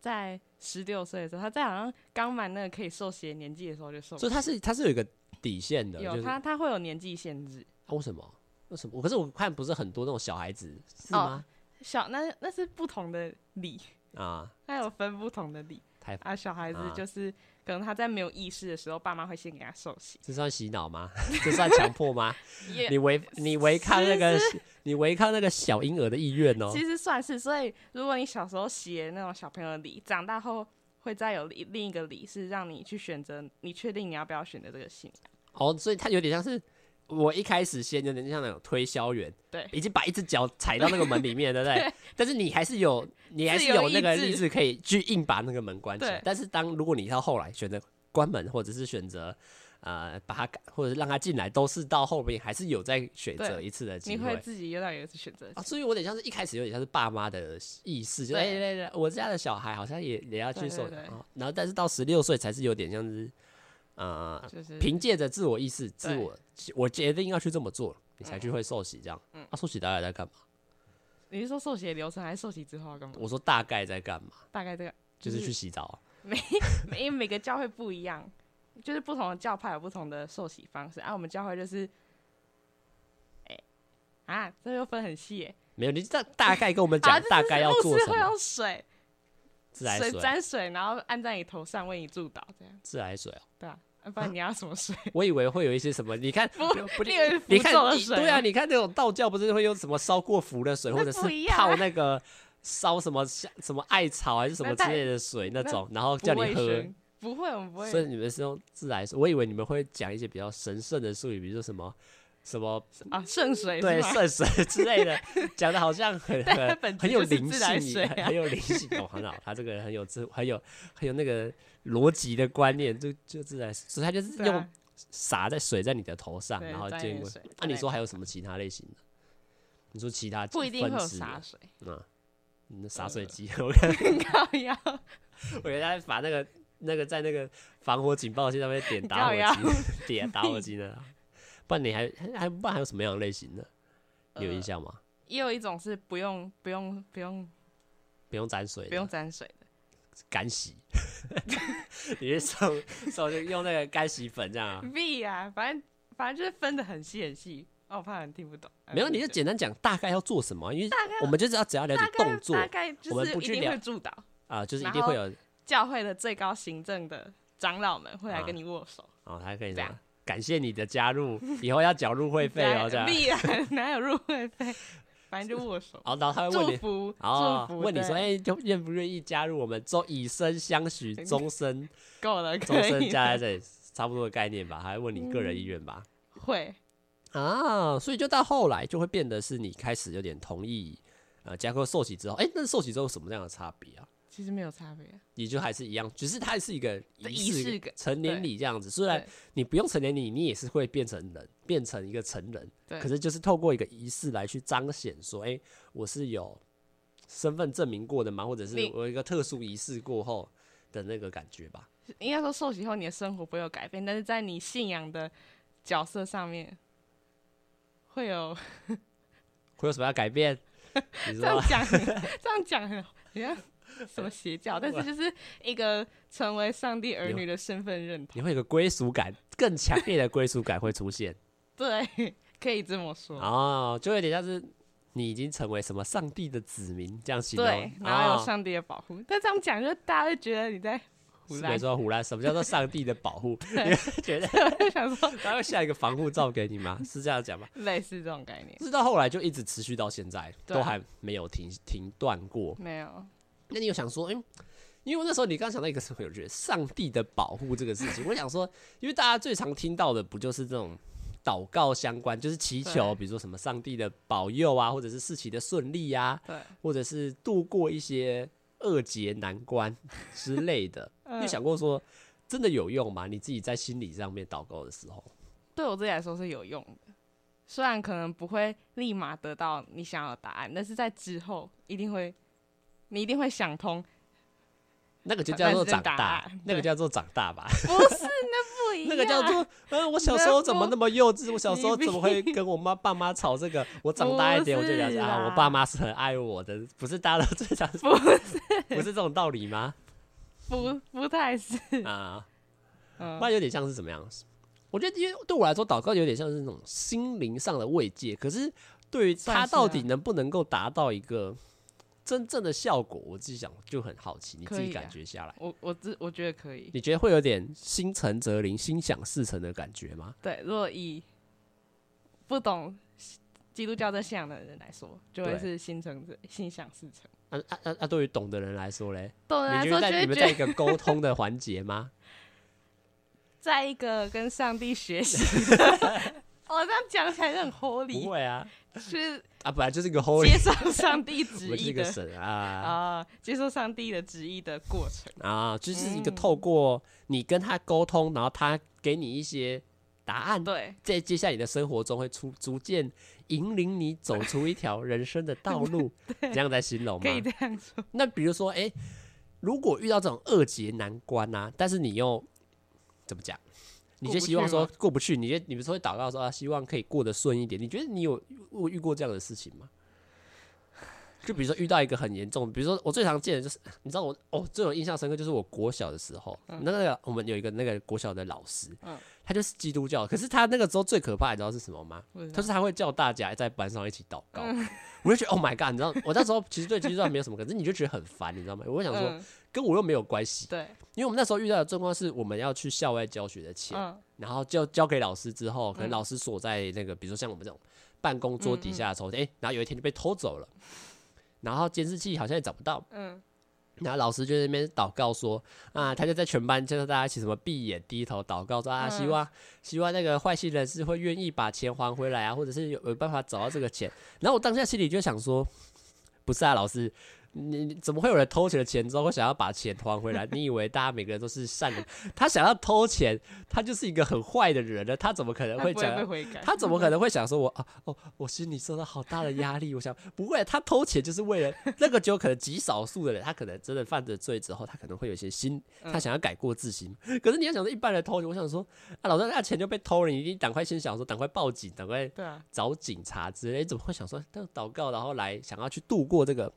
Speaker 2: 在十六岁的时候，他在好像刚满那个可以受洗的年纪的时候就受洗，
Speaker 1: 所以他是他是有一个底线的，就
Speaker 2: 有
Speaker 1: 是、
Speaker 2: 他他会有年纪限制。
Speaker 1: 啊为什么？为什么？我可是我看不是很多那种小孩子是
Speaker 2: 哦
Speaker 1: 吗？
Speaker 2: 小那那是不同的理，
Speaker 1: 啊，
Speaker 2: 它有分不同的理
Speaker 1: 太
Speaker 2: 啊。小孩子
Speaker 1: 啊
Speaker 2: 就是、可能他在没有意识的时候，爸妈会先给他受洗，
Speaker 1: 这算洗脑吗？这算强迫吗？
Speaker 2: *laughs* 也
Speaker 1: 你违你违抗那个你违抗那个小婴儿的意愿哦。
Speaker 2: 其实算是。所以如果你小时候洗的那种小朋友的理，长大后会再有另另一个理是让你去选择，你确定你要不要选择这个信仰。
Speaker 1: 哦，所以他有点像是我一开始先有点像那种推销员，
Speaker 2: 对
Speaker 1: 已经把一只脚踩到那个门里面，对
Speaker 2: *laughs*
Speaker 1: 不对？但是你还是有你还是
Speaker 2: 自由
Speaker 1: 有那个
Speaker 2: 意志
Speaker 1: 意志可以去硬把那个门关起来
Speaker 2: 对。
Speaker 1: 但是当如果你到后来选择关门，或者是选择。呃，把他赶或者是让他进来，都是到后面还是有再选择
Speaker 2: 对
Speaker 1: 一次的机
Speaker 2: 你
Speaker 1: 会
Speaker 2: 会。自己又到有一次选择
Speaker 1: 啊，所以我有点像是一开始有点像是爸妈的意识，就哎、
Speaker 2: 对
Speaker 1: 对对，我家的小孩好像也也要去
Speaker 2: 对
Speaker 1: 受
Speaker 2: 对
Speaker 1: 养
Speaker 2: 对
Speaker 1: 啊，然后但是到十六岁才是有点像是，呃，
Speaker 2: 就是
Speaker 1: 凭借着自我意识、自
Speaker 2: 对嗯
Speaker 1: 我我决定要去这么做，你才去会受洗这样。啊，受洗大概在干嘛？
Speaker 2: 你是说受洗的流程，还是受洗之后要干嘛？
Speaker 1: 我说大概在干嘛？
Speaker 2: 大概这个
Speaker 1: 就是去洗澡啊、
Speaker 2: 因为每个教会不一样，就是不同的教派有不同的受洗方式。啊，我们教会就是，哎、啊，这又分很细哎、
Speaker 1: 没有，你大大概跟我们
Speaker 2: 啊
Speaker 1: 讲
Speaker 2: 这
Speaker 1: 大概要
Speaker 2: 牧
Speaker 1: 做
Speaker 2: 师
Speaker 1: 什
Speaker 2: 会
Speaker 1: 么？
Speaker 2: 用水，
Speaker 1: 自来
Speaker 2: 哦水
Speaker 1: 水啊，
Speaker 2: 沾水，然后按在你头上为你祝祷，这样
Speaker 1: 自来水啊。
Speaker 2: 对啊。啊不然你要什么水？
Speaker 1: 我以为会有一些什么，你看，
Speaker 2: 不
Speaker 1: 不
Speaker 2: 你以为
Speaker 1: 你
Speaker 2: 符
Speaker 1: 看
Speaker 2: 咒的
Speaker 1: 你
Speaker 2: 水
Speaker 1: 对啊，
Speaker 2: 吗
Speaker 1: 你看那种道教不是会用什么烧过符的水，或
Speaker 2: 那
Speaker 1: 者是
Speaker 2: 不一样
Speaker 1: 泡
Speaker 2: 啊
Speaker 1: 那个烧什么香什么艾草还是什
Speaker 2: 那
Speaker 1: 么之
Speaker 2: 太
Speaker 1: 类的水那
Speaker 2: 那
Speaker 1: 种，然后 *laughs*
Speaker 2: 不
Speaker 1: 叫你
Speaker 2: 卫
Speaker 1: 喝。
Speaker 2: 生，不会，我们不
Speaker 1: 所以
Speaker 2: 会。
Speaker 1: 你们是用自来水，我以为你们会讲一些比较神圣的术语，比如说什么什么
Speaker 2: 啊，圣水
Speaker 1: 对
Speaker 2: 是吗？
Speaker 1: 圣水之类
Speaker 2: *laughs*
Speaker 1: 的，讲的好像很
Speaker 2: 但它
Speaker 1: 很
Speaker 2: 本质
Speaker 1: 很有
Speaker 2: 就是
Speaker 1: 灵
Speaker 2: 自来
Speaker 1: 性，
Speaker 2: 水
Speaker 1: 很
Speaker 2: 啊
Speaker 1: 很有灵性哦，很好，他这个人很有智，很有很有那个逻辑的观念，就就自来水，所以他就是
Speaker 2: 对
Speaker 1: 用
Speaker 2: 啊，
Speaker 1: 洒在水在你的头上，
Speaker 2: 对
Speaker 1: 然后
Speaker 2: 沾
Speaker 1: 见
Speaker 2: 点
Speaker 1: 过
Speaker 2: 水。
Speaker 1: 那、
Speaker 2: 之
Speaker 1: 你
Speaker 2: 类
Speaker 1: 说
Speaker 2: 的
Speaker 1: 还有什么其他类型的？你说其他
Speaker 2: 不一定会
Speaker 1: 分
Speaker 2: 有
Speaker 1: 支
Speaker 2: 洒
Speaker 1: 的
Speaker 2: 水， *laughs*
Speaker 1: 嗯，你的洒水
Speaker 2: 呃
Speaker 1: 机， *laughs* 我看
Speaker 2: 高腰，
Speaker 1: 我给他把那个那个在那个防火警报器上面点
Speaker 2: 你
Speaker 1: 打火
Speaker 2: 干
Speaker 1: 机，
Speaker 2: 嘛
Speaker 1: *laughs* 点打火机的啦。不然你还还还不然还有什么样的类型的？你有印
Speaker 2: 呃
Speaker 1: 象吗？
Speaker 2: 也有一种是不用不用不用
Speaker 1: 不用沾水的，
Speaker 2: 不用沾水的，
Speaker 1: 干洗， *laughs* 你是手手就用那个干洗粉这样啊？
Speaker 2: 必啊，反正反正就是分的很细很细。哦，我怕人听不懂。啊
Speaker 1: 没有，
Speaker 2: 对
Speaker 1: 你就
Speaker 2: 对
Speaker 1: 简单讲大概要做什么啊，因为
Speaker 2: 大概
Speaker 1: 我们就只要只要了解
Speaker 2: 大概
Speaker 1: 动作
Speaker 2: 大概
Speaker 1: 我
Speaker 2: 就
Speaker 1: 们
Speaker 2: 是
Speaker 1: 不
Speaker 2: 一
Speaker 1: 去
Speaker 2: 定
Speaker 1: 聊
Speaker 2: 会祝祷，
Speaker 1: 啊，就是一
Speaker 2: 然
Speaker 1: 定会
Speaker 2: 后
Speaker 1: 有，
Speaker 2: 教会的最高行政的长老们会来
Speaker 1: 啊
Speaker 2: 跟你握手。
Speaker 1: 哦，还可以
Speaker 2: 这
Speaker 1: 这样
Speaker 2: 样。
Speaker 1: 感谢你的加入， *laughs* 以后要缴入会费哦，这样。
Speaker 2: 必然哪有入会费，反正就握手，
Speaker 1: 好，然后他会 *laughs* 问
Speaker 2: 祝
Speaker 1: 你，
Speaker 2: 福，
Speaker 1: 哦
Speaker 2: 祝，福。
Speaker 1: 问你说，
Speaker 2: 对
Speaker 1: 哎，就愿不愿意加入我们，终以身相许，终身
Speaker 2: *laughs* 够了，
Speaker 1: 终
Speaker 2: 可
Speaker 1: 身
Speaker 2: 以
Speaker 1: 加在
Speaker 2: 了
Speaker 1: 这里，差不多的概念吧，还会问你个人意愿吧。
Speaker 2: 会嗯
Speaker 1: 啊，所以就到后来就会变得是你开始有点同意，呃，加科受洗之后，哎、那受洗之后有什么样的差别啊？
Speaker 2: 其实没有差别，
Speaker 1: 你就还是一样，只是它是一个
Speaker 2: 的
Speaker 1: 仪
Speaker 2: 仪式感
Speaker 1: 成年
Speaker 2: 对
Speaker 1: 礼这样子。虽然
Speaker 2: 对
Speaker 1: 你不用成年礼，你也是会变成人，变成一个成人，
Speaker 2: 对
Speaker 1: 可是就是透过一个仪式来去彰显说，哎、我是有身份证明过的嘛，或者是
Speaker 2: 你
Speaker 1: 我有一个特殊仪式过后的那个感觉吧。
Speaker 2: 应该说受洗后你的生活不会有改变，但是在你信仰的角色上面会有。
Speaker 1: 会有什么样的改变？你
Speaker 2: *laughs* 这样
Speaker 1: 说
Speaker 2: 讲，这样讲很，好像什么邪教，但是就是一个成为上帝儿女的身份认同。
Speaker 1: 你会有个归属感，更强烈的归属感会出
Speaker 2: *laughs*
Speaker 1: 现
Speaker 2: 对，可以这么说。
Speaker 1: 哦，就有点像是你已经成为什么上帝的子民这样形容，
Speaker 2: 对，然后有
Speaker 1: 哦
Speaker 2: 上帝的保护。但这样讲，就大家会觉得你在胡
Speaker 1: 哦是
Speaker 2: 乱
Speaker 1: 没。错，胡乱什么叫做上帝的保
Speaker 2: *laughs*
Speaker 1: 护？你会觉得
Speaker 2: 我就想说，
Speaker 1: 他会下一个防护罩给你吗？是这样讲吗？
Speaker 2: 类似这种概念，
Speaker 1: 是到后来就一直持续到现在，
Speaker 2: 对啊
Speaker 1: 都还没有停停断过。
Speaker 2: 没有。
Speaker 1: 那你有想说，哎、因为我那时候你刚想到一个什么有趣的，上帝的保护这个事情，我想说，因为大家最常听到的不就是这种祷告相关，就是祈求，
Speaker 2: 对
Speaker 1: 比如说什么上帝的保佑啊，或者是事情的顺利啊，
Speaker 2: 对，
Speaker 1: 或者是度过一些恶劫难关之类
Speaker 2: *laughs*
Speaker 1: 的。
Speaker 2: 嗯
Speaker 1: 你有想过说，真的有用吗？你自己在心理上面祷告的时候，
Speaker 2: 对我自己来说是有用的，虽然可能不会立马得到你想要的答案，但是在之后一定会，你一定会想通。
Speaker 1: 那个就叫做
Speaker 2: 呃那是
Speaker 1: 长
Speaker 2: 答
Speaker 1: 大
Speaker 2: 案，
Speaker 1: 那个
Speaker 2: 对
Speaker 1: 叫做长大吧。
Speaker 2: 不是，那不一样。
Speaker 1: *laughs* 那个叫做，嗯，我小时候怎么那么幼稚？我小时候
Speaker 2: 哎你
Speaker 1: 怎么会跟我妈爸妈吵这个？我长大一点我就了解
Speaker 2: 不是
Speaker 1: 啊，
Speaker 2: 啦
Speaker 1: 我爸妈是很爱我的，不是大家都最常
Speaker 2: 不是，
Speaker 1: 不是这种道理吗？
Speaker 2: 不不太是。
Speaker 1: 啊，
Speaker 2: 嗯
Speaker 1: 那有点像是怎么样？我觉得，因为对我来说，祷告有点像是那种心灵上的慰藉。可是，对于它
Speaker 2: 算是啊
Speaker 1: 到底能不能够达到一个真正的效果，我自己想就很好奇。你自
Speaker 2: 可
Speaker 1: 己
Speaker 2: 以啊
Speaker 1: 感觉下来，
Speaker 2: 我我自我觉得可以。
Speaker 1: 你觉得会有点心诚则灵、心想事成的感觉吗？
Speaker 2: 对，如果以不懂基督教这信仰的人来说，就会
Speaker 1: 对
Speaker 2: 是心诚者心想事成。
Speaker 1: 啊啊啊啊！对于懂的人来说嘞，
Speaker 2: 懂人来
Speaker 1: 你觉
Speaker 2: 啊说，
Speaker 1: 得
Speaker 2: 就
Speaker 1: 在
Speaker 2: 会
Speaker 1: 你们
Speaker 2: 觉
Speaker 1: 在一
Speaker 2: 得
Speaker 1: 个沟通的环节吗？
Speaker 2: 在一个跟上帝
Speaker 1: *laughs*
Speaker 2: 学习的。哦，这样讲起来就很 holy，
Speaker 1: 不会啊，
Speaker 2: 就是
Speaker 1: 啊，本来就是一个 holy，
Speaker 2: 接受上帝
Speaker 1: 我
Speaker 2: 旨
Speaker 1: 们就是
Speaker 2: 意
Speaker 1: 一个
Speaker 2: 的
Speaker 1: 神啊
Speaker 2: 啊、接受上帝的旨意的过程。
Speaker 1: 啊，就是一个
Speaker 2: 嗯
Speaker 1: 透过你跟他沟通，然后他给你一些答案，
Speaker 2: 对，
Speaker 1: 在接下来你的生活中会出逐渐引领你走出一条人生的道路，这样在形容
Speaker 2: 可
Speaker 1: 吗？
Speaker 2: 以这样说。
Speaker 1: 那比如说，哎、如果遇到这种恶劫难关啊，但是你又怎么讲？你就希望说
Speaker 2: 过不
Speaker 1: 过不去，你就你不是会祷告说啊，希望可以过得顺一点。你觉得你有我遇过这样的事情吗？就比如说遇到一个很严重，比如说我最常见的就是，你知道我哦，最有印象深刻就是我国小的时候，那个我们有一个那个国小的老师，
Speaker 2: 嗯
Speaker 1: 他就是基督教，可是他那个时候最可怕，你知道是什么吗？
Speaker 2: 不知道
Speaker 1: 就是他会叫大家在班上一起祷告，
Speaker 2: 嗯
Speaker 1: *laughs* 我就觉得 Oh my God，你知道，我那时候其实对基督教没有什么，可是你就觉得很烦，你知道吗？我就想说，
Speaker 2: 嗯，
Speaker 1: 跟我又没有关系，
Speaker 2: 对，
Speaker 1: 因为我们那时候遇到的状况是我们要去校外教学的钱，
Speaker 2: 嗯，
Speaker 1: 然后交交给老师之后，可能老师锁在那个，比如说像我们这种办公
Speaker 2: 嗯
Speaker 1: 桌底下的抽屉，哎、然后有一天就被偷走了，然后监视器好像也找不到，
Speaker 2: 嗯，
Speaker 1: 然后老师就在那边祷告说，啊，他就在全班叫大家一起什么闭眼低头祷告说啊，希
Speaker 2: 嗯
Speaker 1: 望希望那个坏心人士会愿意把钱还回来啊，或者是有有办法找到这个钱。然后我当下心里就想说，不是啊，老师。你你怎么会有人偷钱的钱之后会想要把钱还回来？你以为大家每个人都是善人？ *laughs* 他想要偷钱，他就是一个很坏的人了。他怎么可能
Speaker 2: 他
Speaker 1: 会
Speaker 2: 不会
Speaker 1: 讲啊
Speaker 2: 被悔改。
Speaker 1: 他怎么可能会想说我啊哦，我心里受到好大的压力？我想不会，他偷钱就是为了那个，就有可能极少数的人，他可能真的犯着罪之后，他可能会有一些心，他想要改过自新。 *laughs* 可是你要想说一般人偷钱，我想说啊，老张那钱就被偷了，你一定赶快先想说，赶快报警，赶快
Speaker 2: 对啊，
Speaker 1: 找警察之类，怎么会想说那祷告，然后来想要去度过这个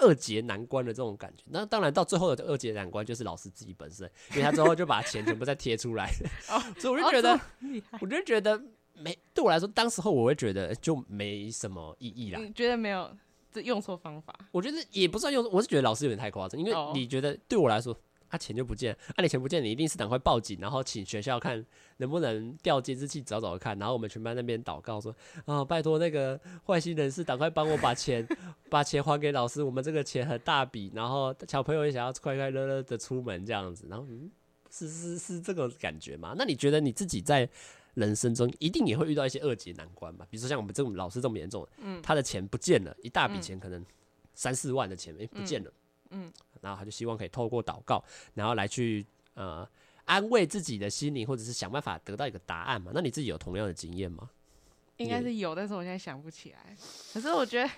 Speaker 1: 二劫难关的这种感觉？那当然，到最后的二劫难关就是老师自己本身，因为他之后就把钱全部再贴出来， *laughs* 所以我就觉得，
Speaker 2: 哦这么厉害，
Speaker 1: 我就觉得没对我来说，当时候我会觉得就没什么意义啦。
Speaker 2: 你觉得没有这用错方法？
Speaker 1: 我觉得也不算用，我是觉得老师有点太夸张，因为
Speaker 2: 哦
Speaker 1: 你觉得对我来说。啊，钱就不见了，啊，你钱不见，你一定是赶快报警，然后请学校看能不能调监视器找找看，然后我们全班那边祷告说，啊，拜托那个坏心人士赶快帮我把钱 *laughs* 把钱还给老师，我们这个钱很大笔，然后小朋友也想要快快乐乐的出门这样子，然后嗯，是是是这种感觉吗？那你觉得你自己在人生中一定也会遇到一些二级难关吧？比如说像我们这种老师这么严重的，他的钱不见了，一大笔钱可能三四万的钱，哎、不见了，嗯，然后他就希望可以透过祷告，然后来去呃安慰自己的心灵，或者是想办法得到一个答案嘛。那你自己有同样的经验吗？
Speaker 2: 应该是有，但是我现在想不起来。可是我觉得，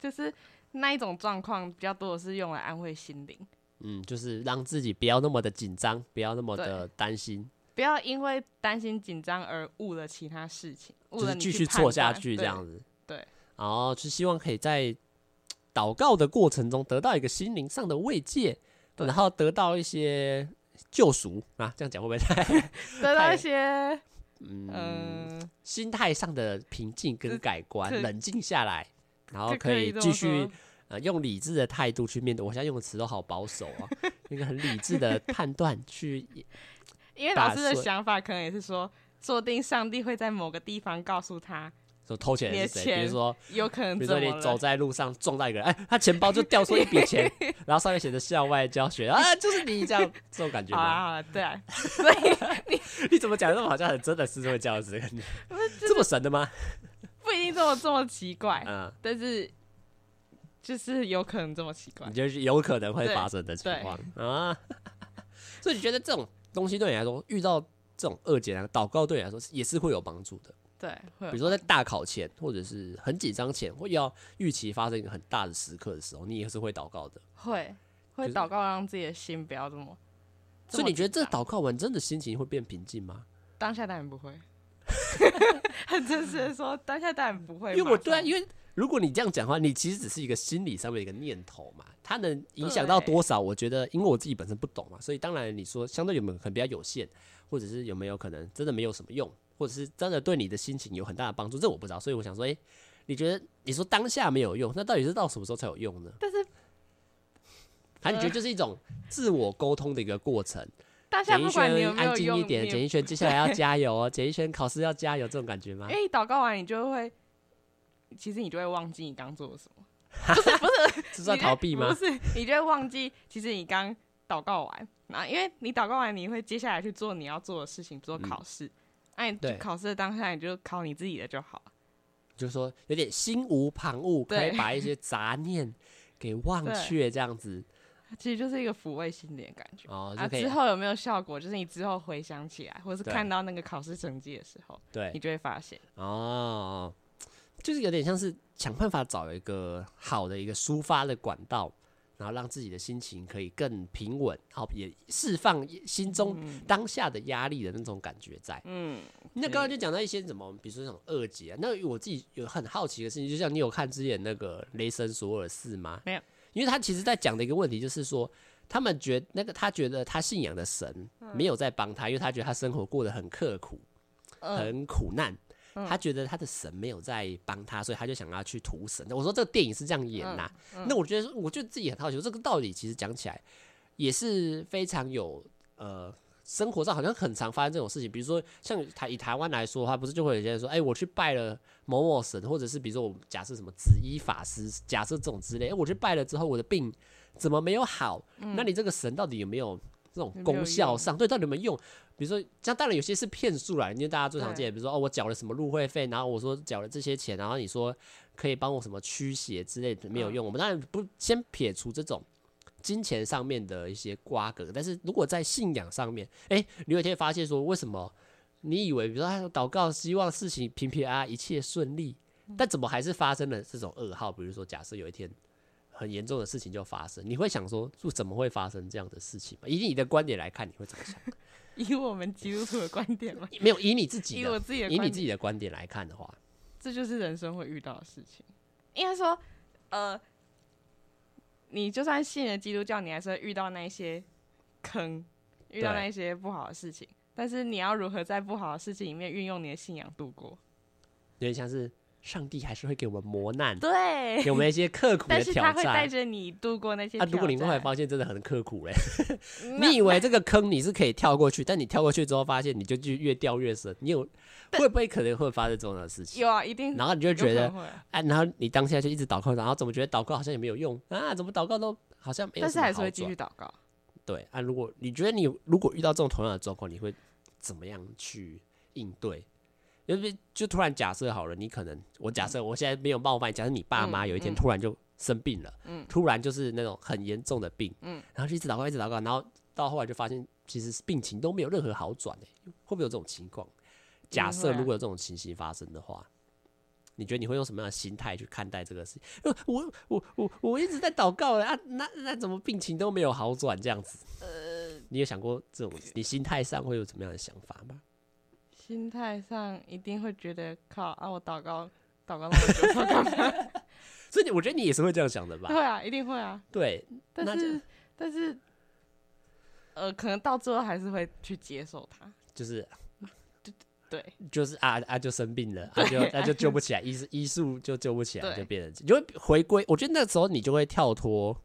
Speaker 2: 就是那一种状况比较多的是用来安慰心灵，
Speaker 1: 嗯，就是让自己不要那么的紧张，不要那么的担心，
Speaker 2: 不要因为担心紧张而误了其他事情，误
Speaker 1: 就
Speaker 2: 了
Speaker 1: 是
Speaker 2: 你
Speaker 1: 继续
Speaker 2: 去判
Speaker 1: 错下
Speaker 2: 断
Speaker 1: 去这哦
Speaker 2: 对
Speaker 1: 样子。
Speaker 2: 对，
Speaker 1: 然后就希望可以在祷告的过程中得到一个心灵上的慰藉，然后得到一些救赎啊，这样讲会不会太
Speaker 2: 得到
Speaker 1: 太
Speaker 2: 一些
Speaker 1: 嗯
Speaker 2: 嗯
Speaker 1: 心态上的平静跟
Speaker 2: 这
Speaker 1: 改观，
Speaker 2: 这
Speaker 1: 冷静下来，然后
Speaker 2: 就可以
Speaker 1: 以
Speaker 2: 这
Speaker 1: 继
Speaker 2: 么
Speaker 1: 续
Speaker 2: 说
Speaker 1: 呃用理智的态度去面对。我现在用的词都好保守 *laughs* 啊，一个很理智的判断去
Speaker 2: 因为
Speaker 1: 打
Speaker 2: 老师的
Speaker 1: 碎
Speaker 2: 想法可能也是说，说不定上帝会在某个地方告诉他，
Speaker 1: 说偷钱
Speaker 2: 你
Speaker 1: 的
Speaker 2: 的
Speaker 1: 是谁，比如
Speaker 2: 钱
Speaker 1: 说
Speaker 2: 有可能
Speaker 1: 比如
Speaker 2: 怎么
Speaker 1: 说你走
Speaker 2: 了。
Speaker 1: 在路上撞到一个人，哎，他钱包就掉出一笔
Speaker 2: *laughs*
Speaker 1: 钱，然后上面写着校外教学啊，就是你这样这种感觉
Speaker 2: 好
Speaker 1: 吗？
Speaker 2: *laughs* 啊，好啊，对啊，所以
Speaker 1: 你怎么讲得那么好像很真的是会这样子的感觉？这么神的吗？
Speaker 2: 不一定这么这么奇怪，
Speaker 1: *laughs* 嗯，
Speaker 2: 但是就是有可能这么奇怪
Speaker 1: 你。就是有可能会
Speaker 2: 对
Speaker 1: 发生的情
Speaker 2: 对
Speaker 1: 况啊。 *laughs* 所以你觉得这种东西对你来说，遇到这种二姐呢，祷告对你来说是也是会有帮助的。
Speaker 2: 对，会有
Speaker 1: 比如说在大考前，或者是很紧张前，或要预期发生一个很大的时刻的时候，你也是会祷告的。
Speaker 2: 会会
Speaker 1: 就是
Speaker 2: 祷告，让自己的心不要这么。
Speaker 1: 所以你觉得这
Speaker 2: 么紧张
Speaker 1: 祷告完真的心情会变平静吗？
Speaker 2: 当下当然
Speaker 1: *laughs*
Speaker 2: 不会，很真实的说，当下当然不会马上。
Speaker 1: 因为我对啊，因
Speaker 2: 为
Speaker 1: 为如果你这样讲的话，你其实只是一个心理上面的一个念头嘛，它能影响到
Speaker 2: 对
Speaker 1: 多少？我觉得，因为我自己本身不懂嘛，所以当然你说相对有没有可能比较有限，或者是有没有可能真的没有什么用，或者是真的对你的心情有很大的帮助，这我不知道。所以我想说，诶，哎你觉得你说当下没有用，那到底是到什么时候才有用呢？
Speaker 2: 但是
Speaker 1: 还是你觉得就是一种自我沟通的一个过程？啊
Speaker 2: 当下
Speaker 1: 简一
Speaker 2: 不管你有
Speaker 1: 轩
Speaker 2: 没有
Speaker 1: 安静
Speaker 2: 用，
Speaker 1: 一点，
Speaker 2: 呃 *laughs* 你哎也
Speaker 1: 简一轩接下来要加油哦，简一轩考试要加油，这种感觉
Speaker 2: *laughs*
Speaker 1: 吗
Speaker 2: 因？为你祷告完，你就会，其实你就会忘记你刚做了什么，
Speaker 1: 是在
Speaker 2: 你
Speaker 1: 逃避吗
Speaker 2: 不？是，你就会忘记，其实你刚祷告完，然后因为你祷告完，你会接下来去做你要做的事情，做考试。那、你
Speaker 1: 嗯对
Speaker 2: 你考试的当下，你就考你自己的就好了。
Speaker 1: 就是说有点心无旁骛，可以
Speaker 2: 对
Speaker 1: 把一些杂念给忘
Speaker 2: 对
Speaker 1: 却，这样子
Speaker 2: 其实就是一个抚慰心灵的感觉。
Speaker 1: 哦，
Speaker 2: 啊，
Speaker 1: 就可以、
Speaker 2: 之后有没有效果？就是你之后回想起来，或者是
Speaker 1: 对啊
Speaker 2: 看到那个考试成绩的时候，你
Speaker 1: 对
Speaker 2: 就会发现，
Speaker 1: 哦，就是有点像是想办法找一个好的一个抒发的管道，然后让自己的心情可以更平稳，好也释放心中当下的压力的那种感觉在。
Speaker 2: 嗯，
Speaker 1: 那刚刚就讲到一些什么，比如说那种二姐、啊，那我自己有很好奇的事情，就像你有看之前那个雷神索尔四吗？
Speaker 2: 没有，
Speaker 1: 因为他其实在讲的一个问题就是说，他们觉那个他觉得他信仰的神没有在帮他，因为他觉得他生活过得很刻苦，
Speaker 2: 嗯
Speaker 1: 很苦难。他觉得他的神没有在帮他，所以他就想要去屠神。我说这个电影是这样演呐、
Speaker 2: 嗯
Speaker 1: 那我觉得我就自己很好奇，这个道理其实讲起来也是非常有呃生活上好像很常发生这种事情，比如说像台以台湾来说的话，不是就会有些人说，哎、我去拜了某某神，或者是比如说我们假设什么紫衣法师，假设这种之类，哎、我去拜了之后，我的病怎么没有好？那你这个神到底有没有这种
Speaker 2: 嗯有没有
Speaker 1: 功效
Speaker 2: 用
Speaker 1: 上？对，到底有没有用？比如说，像当然有些是骗术啦，因为大家最常
Speaker 2: 对
Speaker 1: 见，比如说哦，我缴了什么入会费，然后我说缴了这些钱，然后你说可以帮我什么驱邪之类的，没有
Speaker 2: 嗯
Speaker 1: 用。我们当然不先撇除这种金钱上面的一些瓜葛，但是如果在信仰上面，哎、你有一天发现说，为什么你以为比如说他祷告，希望事情平平安安，一切顺利，但怎么还是发生了这种噩耗？比如说，假设有一天很严重的事情就发生，你会想说，是怎么会发生这样的事情吗？以你的观点来看，你会怎么想？
Speaker 2: 以我们基督徒的观
Speaker 1: *laughs*
Speaker 2: 点嘛，
Speaker 1: 没有，以你自己
Speaker 2: 以
Speaker 1: 的
Speaker 2: 我自己的
Speaker 1: 以
Speaker 2: 观
Speaker 1: 你
Speaker 2: 点
Speaker 1: 自，己的观点来看的话，
Speaker 2: 这就是人生会遇到的事情。应该说，呃，你就算信了基督教，你还是会遇到那一些坑，遇到
Speaker 1: 对
Speaker 2: 那一些不好的事情。但是你要如何在不好的事情里面运用你的信仰度过？
Speaker 1: 有点像是上帝还是会给我们磨难，
Speaker 2: 对，
Speaker 1: 给我们一些刻苦的
Speaker 2: 但是
Speaker 1: 挑
Speaker 2: 他会带
Speaker 1: 战。
Speaker 2: 着你度过那些挑
Speaker 1: 啊，
Speaker 2: 战。
Speaker 1: 如果你后来发现真的很刻苦嘞，
Speaker 2: 那
Speaker 1: 你以为这个坑你是可以跳过去，但你跳过去之后发现你就就越掉越深，你有会不会可能会发生这种的事情？
Speaker 2: 有啊，一定
Speaker 1: 然后你就
Speaker 2: 有可
Speaker 1: 觉得
Speaker 2: 能会啊，
Speaker 1: 啊，然后你当下就一直祷告，然后怎么觉得祷告好像也没有用啊？怎么祷告都好像没有
Speaker 2: 但
Speaker 1: 什
Speaker 2: 是
Speaker 1: 么好
Speaker 2: 还
Speaker 1: 转？
Speaker 2: 是会继续祷告。
Speaker 1: 对啊。如果你觉得你如果遇到这种同样的状况，你会怎么样去应对？因为就突然假设好了，你可能我假设我现在没有冒犯，假设你爸妈
Speaker 2: 嗯
Speaker 1: 有一天
Speaker 2: 嗯
Speaker 1: 突然就生病了，
Speaker 2: 嗯
Speaker 1: 突然就是那种很严重的病，
Speaker 2: 嗯
Speaker 1: 然后就一直祷告，一直祷告，然后到后来就发现其实病情都没有任何好转、欸，会不会有这种情况？假设
Speaker 2: 会啊
Speaker 1: 如果有这种情形发生的话，你觉得你会用什么样的心态去看待这个事情？呃我我我我一直在祷告了啊，那那怎么病情都没有好转这样子？呃，你有想过这种你心态上会有什么样的想法吗？
Speaker 2: 心态上一定会觉得靠啊，我祷告祷告那么久，做干嘛？
Speaker 1: 所以你我觉得你也是会这样想的 *laughs* 吧？
Speaker 2: *laughs* 会啊，一定会啊。
Speaker 1: 对，那
Speaker 2: 但
Speaker 1: 就是
Speaker 2: 但是，呃，可能到最后还是会去接受它。
Speaker 1: 就是
Speaker 2: *laughs* 对，
Speaker 1: 就是啊啊就生病了，啊就
Speaker 2: 对
Speaker 1: 啊就救不起来，医
Speaker 2: *laughs*
Speaker 1: 术医术就救不起来，
Speaker 2: 对
Speaker 1: 就变成你就会回归。我觉得那时候你就会跳脱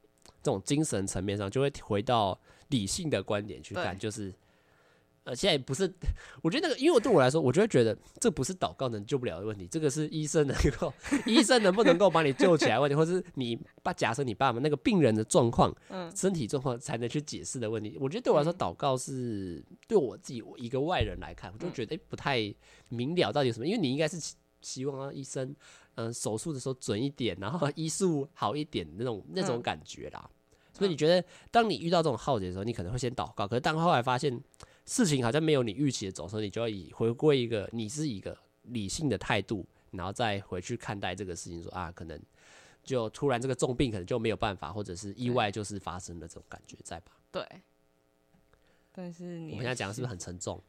Speaker 1: 这种精神层面上，就会回到理性的观点去看，
Speaker 2: 对
Speaker 1: 就是。呃，现在不是，我觉得那个，因为对我来说，我就会觉得这不是祷告能救不了的问题，这个是医生能够， *laughs* 医生能不能够把你救起来的问题，或是你爸，假设你爸爸那个病人的状况，
Speaker 2: 嗯，
Speaker 1: 身体状况才能去解释的问题。我觉得对我来说，
Speaker 2: 嗯
Speaker 1: 祷告是对我自己我一个外人来看，我就
Speaker 2: 嗯
Speaker 1: 觉得、诶不太明了到底有什么，因为你应该是希希望啊医生，嗯、手术的时候准一点，然后医术好一点那种那种
Speaker 2: 嗯
Speaker 1: 感觉啦。所以你觉得，当你遇到这种浩劫的时候，你可能会先祷告，可是当后来发现事情好像没有你预期的走的时候，你就要以回归一个你是一个理性的态度，然后再回去看待这个事情说啊，可能就突然这个重病可能就没有办法，或者是意
Speaker 2: 对
Speaker 1: 外就是发生了这种感觉在吧？
Speaker 2: 对。但是
Speaker 1: 我
Speaker 2: 你
Speaker 1: 们现在讲的是不是很沉重？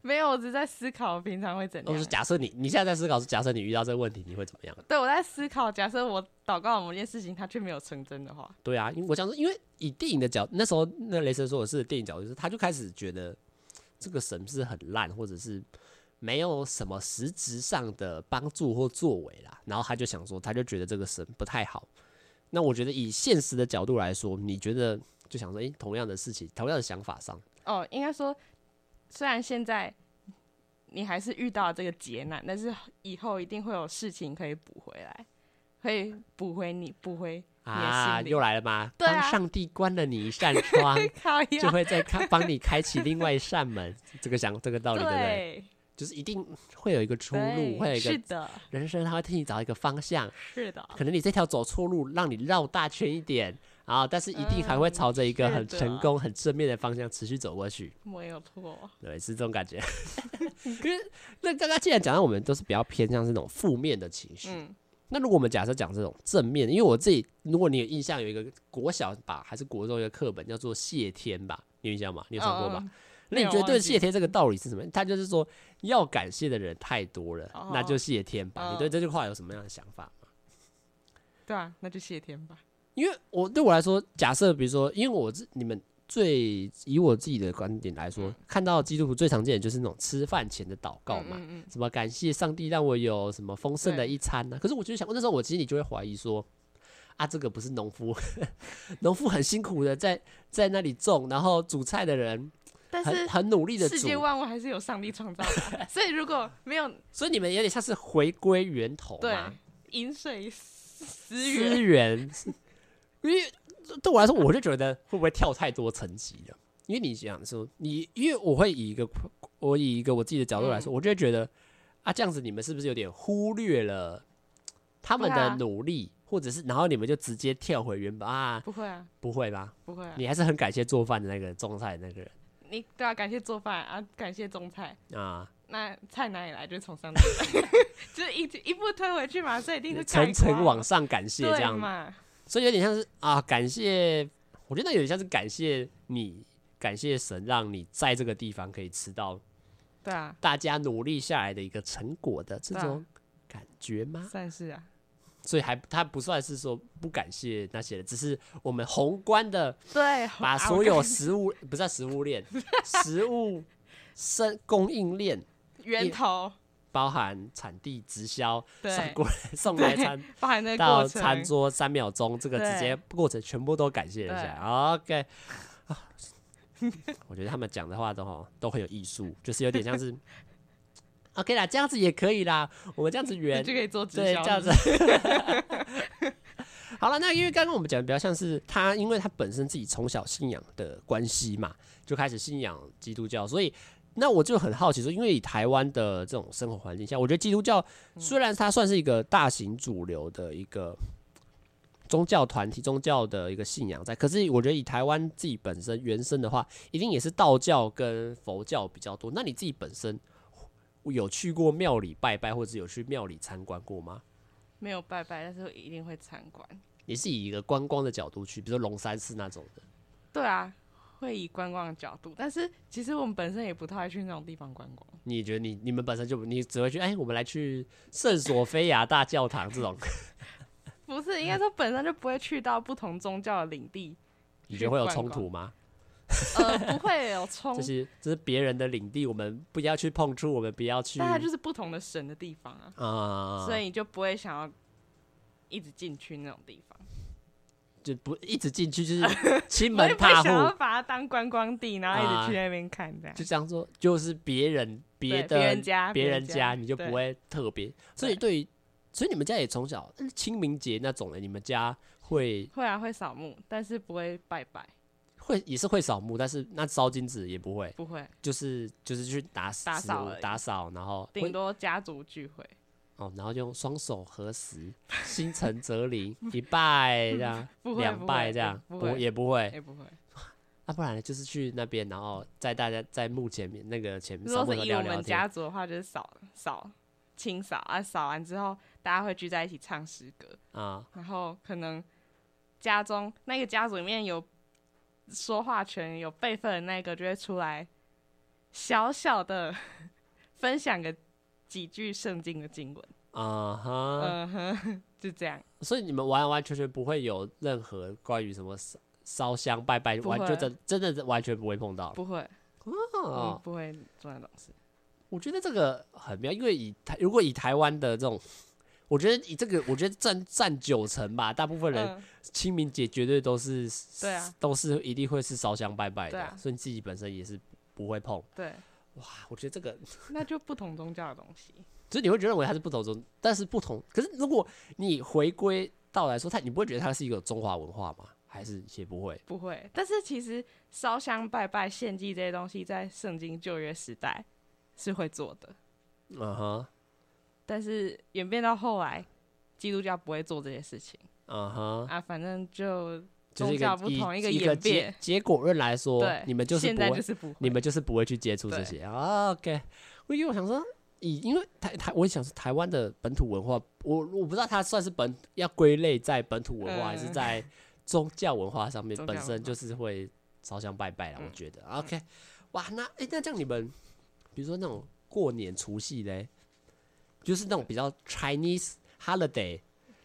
Speaker 2: 没有，我只是在思考平常会怎
Speaker 1: 我是
Speaker 2: 样。
Speaker 1: 假设你你现在在思考是假设你遇到这个问题你会怎么样？
Speaker 2: 对，我在思考，假设我祷告了某件事情，它却没有成真的话，
Speaker 1: 对啊，因为我想说，因为以电影的角，那时候那雷神说我是电影角度，就是他就开始觉得这个神是很烂，或者是没有什么实质上的帮助或作为啦。然后他就想说，他就觉得这个神不太好。那我觉得以现实的角度来说，你觉得就想说，诶、同样的事情，同样的想法上，
Speaker 2: 哦，应该说，虽然现在你还是遇到这个劫难，但是以后一定会有事情可以补回来，可以补回你，补回
Speaker 1: 啊，
Speaker 2: 心里
Speaker 1: 又来了吗？
Speaker 2: 对啊
Speaker 1: 当上帝关了你一扇
Speaker 2: *laughs*
Speaker 1: 窗，
Speaker 2: 靠
Speaker 1: 就
Speaker 2: 呀，
Speaker 1: 会再开帮你开启另外一扇门。这个想这个道理对不对？
Speaker 2: 对，
Speaker 1: 就是一定会有一个出路，
Speaker 2: 对
Speaker 1: 会有一个
Speaker 2: 是的，
Speaker 1: 人生他会替你找一个方向，
Speaker 2: 是的，
Speaker 1: 可能你这条走错路，让你绕大圈一点啊，但是一定还会
Speaker 2: 嗯
Speaker 1: 朝着一个
Speaker 2: 是
Speaker 1: 很
Speaker 2: 的
Speaker 1: 成功、很正面的方向持续走过去。
Speaker 2: 没有错，
Speaker 1: 对，是这种感
Speaker 2: *laughs*
Speaker 1: 觉。可是，那刚刚既然讲到我们都是比较偏向这种负面的情绪，
Speaker 2: 嗯，
Speaker 1: 那如果我们假设讲这种正面的，因为我自己，如果你有印象，有一个国小吧还是国中一个课本叫做《谢天》吧，你有印象吗？你有上过吗？
Speaker 2: 嗯？嗯
Speaker 1: 那你觉
Speaker 2: 没
Speaker 1: 得
Speaker 2: 有
Speaker 1: 对
Speaker 2: 忘记
Speaker 1: 谢天这个道理是什么？他就是说要感谢的人太多了，
Speaker 2: 哦
Speaker 1: 那就谢天吧。
Speaker 2: 嗯
Speaker 1: 你对这句话有什么样的想法吗？
Speaker 2: 对啊，那就谢天吧。
Speaker 1: 因为我对我来说，假设比如说，因为我自你们最以我自己的观点来
Speaker 2: 嗯
Speaker 1: 说，看到基督徒最常见的就是那种吃饭前的祷告嘛，
Speaker 2: 嗯嗯
Speaker 1: 什么感谢上帝让我有什么丰盛的
Speaker 2: 对
Speaker 1: 一餐呢、啊可是我就想，那时候我心里就会怀疑说，啊，这个不是农夫， *laughs* 农夫很辛苦的在在那里种，然后煮菜的人
Speaker 2: 嗯但是
Speaker 1: 很很努力的
Speaker 2: 世
Speaker 1: 煮，
Speaker 2: 界万物还是有上帝创造的，啊所以如果没有
Speaker 1: 所以你们有点像是回归源头
Speaker 2: 对
Speaker 1: 嘛，
Speaker 2: 饮水思源，
Speaker 1: 资源， *laughs* 因为对我来说，我就觉得会不会跳太多层级了？因为你讲说你，因为我会以一个我以一个我自己的角度来说，我就会觉得啊，这样子你们是不是有点忽略了他们
Speaker 2: 对
Speaker 1: 的
Speaker 2: 啊
Speaker 1: 努力，或者是然后你们就直接跳回原本啊？
Speaker 2: 不会啊，
Speaker 1: 不会吧？
Speaker 2: 不会啊，
Speaker 1: 你还是很感谢做饭的那个种菜的那个人
Speaker 2: 你对啊，感谢做饭啊，感谢种菜，
Speaker 1: 啊，
Speaker 2: 那菜哪里来？就是从上帝来， *laughs* 就是一直一步推回去嘛，所以一定是
Speaker 1: 层层往
Speaker 2: 上
Speaker 1: 上感谢这
Speaker 2: 对
Speaker 1: 样
Speaker 2: 嘛？
Speaker 1: 所以有点像是啊，感谢，我觉得有点像是感谢你，感谢神让你在这个地方可以吃到
Speaker 2: 对啊，
Speaker 1: 大家努力下来的一个成果的这
Speaker 2: 对啊
Speaker 1: 种感觉吗？
Speaker 2: 算是啊，
Speaker 1: 所以还他不算是说不感谢那些人，只是我们宏观的
Speaker 2: 对，
Speaker 1: 把
Speaker 2: 啊
Speaker 1: 所
Speaker 2: 我
Speaker 1: 有食物 *laughs* 不是啊食物链，食物生供应链
Speaker 2: 源头
Speaker 1: 包含产地直销送
Speaker 2: 对，
Speaker 1: 过来送来
Speaker 2: 对
Speaker 1: 餐
Speaker 2: 包含那个
Speaker 1: 到
Speaker 2: 过程，
Speaker 1: 餐桌三秒钟，这个
Speaker 2: 对
Speaker 1: 直接过程全部都感谢了下来。OK，啊我觉得他们讲的话都哈都很有艺术，就是有点像是 *laughs* OK 啦，这样子也可以啦，我们这样子
Speaker 2: 你
Speaker 1: 圆
Speaker 2: 就可以做直
Speaker 1: 对，
Speaker 2: 销，
Speaker 1: 这样子
Speaker 2: 是不是。
Speaker 1: *laughs* 好了，那因为刚刚我们讲的比较像是他，因为他本身自己从小信仰的关系嘛，就开始信仰基督教，所以那我就很好奇说，因为以台湾的这种生活环境下，我觉得基督教
Speaker 2: 嗯
Speaker 1: 虽然它算是一个大型主流的一个宗教团体、宗教的一个信仰在，可是我觉得以台湾自己本身原生的话，一定也是道教跟佛教比较多。那你自己本身有去过庙里拜拜，或者有去庙里参观过吗？
Speaker 2: 没有拜拜，但是我一定会参观。
Speaker 1: 也是以一个观光的角度去，比如说龙山寺那种的。
Speaker 2: 对啊，会以观光的角度，但是其实我们本身也不太爱去那种地方观光。
Speaker 1: 你觉得你
Speaker 2: *laughs*
Speaker 1: 你们本身就你只会去哎，我们来去圣索菲亚大教堂这种，
Speaker 2: 不是，应该说本身就不会去到不同宗教的
Speaker 1: *laughs*
Speaker 2: 领地，
Speaker 1: 你觉得会有冲突吗？
Speaker 2: 呃，不会有
Speaker 1: *laughs*
Speaker 2: 冲
Speaker 1: 这，是这是别人的领地，我们不要去碰触，我们不要去
Speaker 2: 但它啊就是不同的神的地方啊，
Speaker 1: 啊，
Speaker 2: 所以你就不会想要一直进去那种地方。
Speaker 1: 就不一直进去，就是
Speaker 2: *laughs*
Speaker 1: 亲
Speaker 2: 我
Speaker 1: 门
Speaker 2: 也不会
Speaker 1: 踏
Speaker 2: 想要
Speaker 1: 户，嗯
Speaker 2: 把它当观光地，然后一直去那边看这样。
Speaker 1: 就这样说，就是别人别
Speaker 2: 对
Speaker 1: 的
Speaker 2: 别人家，
Speaker 1: 别人
Speaker 2: 人
Speaker 1: 家，你就不
Speaker 2: 对
Speaker 1: 会特别。所以对于，所以你们家也从小嗯清明节那种的，你们家会
Speaker 2: 会啊会扫墓，但是不会拜拜，
Speaker 1: 会也是会扫墓，但是那烧金纸也不会，
Speaker 2: 不会，
Speaker 1: 就是就是去打扫
Speaker 2: 打扫而已
Speaker 1: 打扫，然后
Speaker 2: 顶
Speaker 1: 会
Speaker 2: 多家族聚会。
Speaker 1: 哦，然后就用双手合
Speaker 2: *laughs*
Speaker 1: 十，心诚则灵，一拜这样，
Speaker 2: 不会
Speaker 1: 两
Speaker 2: 不
Speaker 1: 拜
Speaker 2: 会
Speaker 1: 这样，
Speaker 2: 不
Speaker 1: 不
Speaker 2: 会
Speaker 1: 也不会。
Speaker 2: 也不会，
Speaker 1: 那不然呢就是去那边，然后在大家在墓前面那个前面
Speaker 2: 如
Speaker 1: 稍
Speaker 2: 果
Speaker 1: 微
Speaker 2: 是以
Speaker 1: 聊
Speaker 2: 我
Speaker 1: 聊
Speaker 2: 们
Speaker 1: 天
Speaker 2: 家。族的话，就是扫扫清扫啊，扫完之后大家会聚在一起唱诗歌，
Speaker 1: 啊，
Speaker 2: 然后可能家中那个家族里面有说话权、有辈分的那个就会出来，小小的 *laughs* 分享个几句圣经的经文，
Speaker 1: 啊哈！
Speaker 2: 嗯哼， *laughs* 就这样，
Speaker 1: 所以你们完完全全不会有任何关于什么烧烧香拜拜，
Speaker 2: 不
Speaker 1: 完就
Speaker 2: 会
Speaker 1: 真真的是完全不会碰到。
Speaker 2: 不会，我们
Speaker 1: 哦，
Speaker 2: 不会做那种事，
Speaker 1: 我觉得这个很妙，因为以台如果以台湾的这种，我觉得以这个，我觉得占占九成吧，大部分人
Speaker 2: 嗯，
Speaker 1: 清明节绝对都是
Speaker 2: 对啊，
Speaker 1: 都是一定会是烧香拜拜
Speaker 2: 对
Speaker 1: 的，
Speaker 2: 啊
Speaker 1: 所以你自己本身也是不会碰。
Speaker 2: 对，
Speaker 1: 哇，我觉得这个
Speaker 2: 那就不同宗教的东西，
Speaker 1: 所以你会觉得认为它是不同中，但是不同。可是如果你回归到来说，它你不会觉得它是一个中华文化吗？还是也不会？
Speaker 2: 不会，但是其实烧香拜拜、献祭这些东西，在圣经旧约时代是会做的，
Speaker 1: 嗯哼，
Speaker 2: 但是演变到后来，基督教不会做这些事情
Speaker 1: 嗯哼，
Speaker 2: 啊。反正就
Speaker 1: 就是一
Speaker 2: 宗教
Speaker 1: 个
Speaker 2: 不
Speaker 1: 以
Speaker 2: 同一
Speaker 1: 一
Speaker 2: 个
Speaker 1: 个
Speaker 2: 演
Speaker 1: 结
Speaker 2: 变
Speaker 1: 结果论来说
Speaker 2: 对，，
Speaker 1: 你们就是
Speaker 2: 现
Speaker 1: 不
Speaker 2: 在
Speaker 1: 会
Speaker 2: 就，是不会，
Speaker 1: 你们就是不会去接触这
Speaker 2: 对
Speaker 1: 些啊。OK，我因为我想说，以因为台台，我想说台湾的本土文化，我我不知道它算是本要归类在本土文化，还是
Speaker 2: 嗯
Speaker 1: 在宗教文化上面，
Speaker 2: 宗教
Speaker 1: 本
Speaker 2: 文
Speaker 1: 身
Speaker 2: 化
Speaker 1: 就是会烧香拜拜啦。我
Speaker 2: 嗯
Speaker 1: 觉得 OK，哇，那诶，那这样你们，比如说那种过年除夕嘞，就是那种比较 Chinese holiday。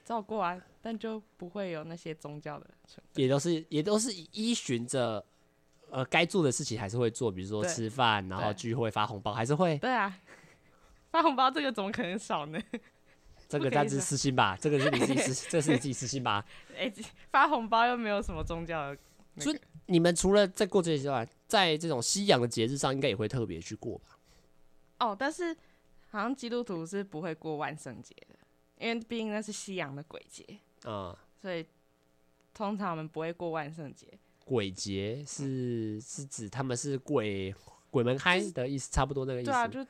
Speaker 2: 照过啊，但就不会有那些宗教的存
Speaker 1: 也都是也都是依循着，呃，该做的事情还是会做，比如说
Speaker 2: 对
Speaker 1: 吃饭，然后
Speaker 2: 对
Speaker 1: 聚会发红包，还是会
Speaker 2: 对啊， *laughs* 发红包这个怎么可能少呢？ *laughs*
Speaker 1: 这
Speaker 2: 不
Speaker 1: 个
Speaker 2: 可以
Speaker 1: 但是
Speaker 2: 的
Speaker 1: 私心吧，这个是你自己
Speaker 2: *laughs*
Speaker 1: 私，这是你自己私心吧。
Speaker 2: 哎、发红包又没有什么宗教的那
Speaker 1: 所
Speaker 2: 个、
Speaker 1: 以你们除了在过这些之外，在这种西洋的节日上，应该也会特别去过吧？
Speaker 2: 哦，但是好像基督徒是不会过万圣节的，因为毕竟那是西洋的鬼节，
Speaker 1: 啊、
Speaker 2: 所以通常我们不会过万圣节。
Speaker 1: 鬼节是是指他们是鬼鬼门开的意思，差不多那个意思。
Speaker 2: 对啊，就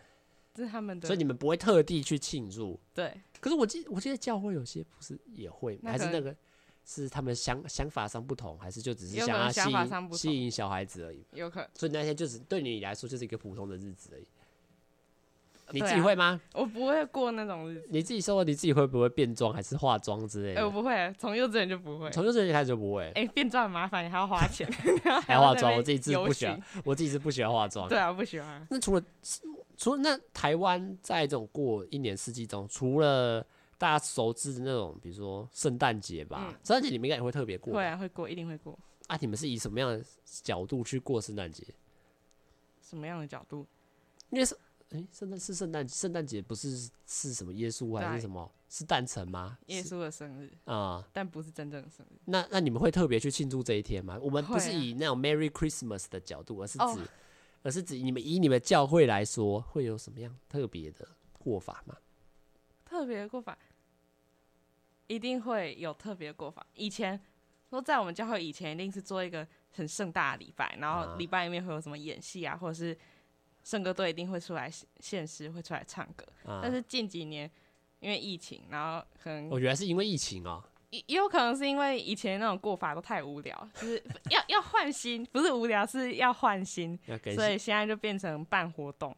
Speaker 2: 这是他们的，
Speaker 1: 所以你们不会特地去庆祝。
Speaker 2: 对
Speaker 1: 可是我记我记得教会有些不是也会吗，
Speaker 2: 那
Speaker 1: 还是
Speaker 2: 可
Speaker 1: 那
Speaker 2: 能
Speaker 1: 个是他们想想法上不同，还是就只是
Speaker 2: 有可
Speaker 1: 想
Speaker 2: 能
Speaker 1: 要吸
Speaker 2: 想法上
Speaker 1: 引
Speaker 2: 不
Speaker 1: 吸
Speaker 2: 同
Speaker 1: 引小孩子而已？
Speaker 2: 有可能
Speaker 1: 所以那天就只对你来说就是一个普通的日子而已。你
Speaker 2: 对
Speaker 1: 自己
Speaker 2: 啊
Speaker 1: 会吗？
Speaker 2: 我不会过那种日子，
Speaker 1: 你自己说你自己会不会变装还是化妆之类
Speaker 2: 哎、我
Speaker 1: 的？
Speaker 2: 不会，从幼稚园就不会。
Speaker 1: 从幼稚园开始就不会，
Speaker 2: *laughs* 哎、变装很麻烦，你还要花
Speaker 1: *laughs*
Speaker 2: 钱，
Speaker 1: 还
Speaker 2: 要
Speaker 1: 化
Speaker 2: 在那
Speaker 1: 妆，
Speaker 2: 边
Speaker 1: 我自己是
Speaker 2: 游
Speaker 1: 不喜
Speaker 2: 行
Speaker 1: 欢， *laughs* 我自己是不喜欢化妆。
Speaker 2: 对啊，我不喜欢。
Speaker 1: 那除了除了那台湾在这种过一年四季中，除了大家熟知的那种，比如说圣诞节吧，
Speaker 2: 嗯
Speaker 1: 圣诞节你们应该也会特别过吧
Speaker 2: 会啊，会过，一定会过。
Speaker 1: 啊，你们是以什么样的角度去过圣诞节？
Speaker 2: 什么样的角度？
Speaker 1: 因为是诶，圣诞是圣诞圣诞节不是是什么耶稣还
Speaker 2: 对
Speaker 1: 是什么？是诞辰吗？
Speaker 2: 耶
Speaker 1: 是
Speaker 2: 稣的生日，
Speaker 1: 啊、
Speaker 2: 但不是真正的生日。
Speaker 1: 那那你们会特别去庆祝这一天吗？我们不
Speaker 2: 会
Speaker 1: 是
Speaker 2: 啊
Speaker 1: 以那种 Merry Christmas 的角度，而是指、
Speaker 2: 哦
Speaker 1: 而是指你们以你们教会来说，会有什么样特别的过法吗？
Speaker 2: 特别的过法，一定会有特别的过法。以前说在我们教会以前，一定是做一个很盛大的礼拜，然
Speaker 1: 啊
Speaker 2: 后礼拜里面会有什么演戏啊，或者是圣歌队一定会出来献献诗，会出来唱歌。
Speaker 1: 啊、
Speaker 2: 但是近几年因为疫情，然后可能
Speaker 1: 我原来是因为疫情哦、
Speaker 2: 也也有可能是因为以前那种过法都太无聊，就是 *laughs* 要要换新，不是无聊，是要换新，
Speaker 1: 要更
Speaker 2: 所
Speaker 1: 新，
Speaker 2: 以现在就变成办活动，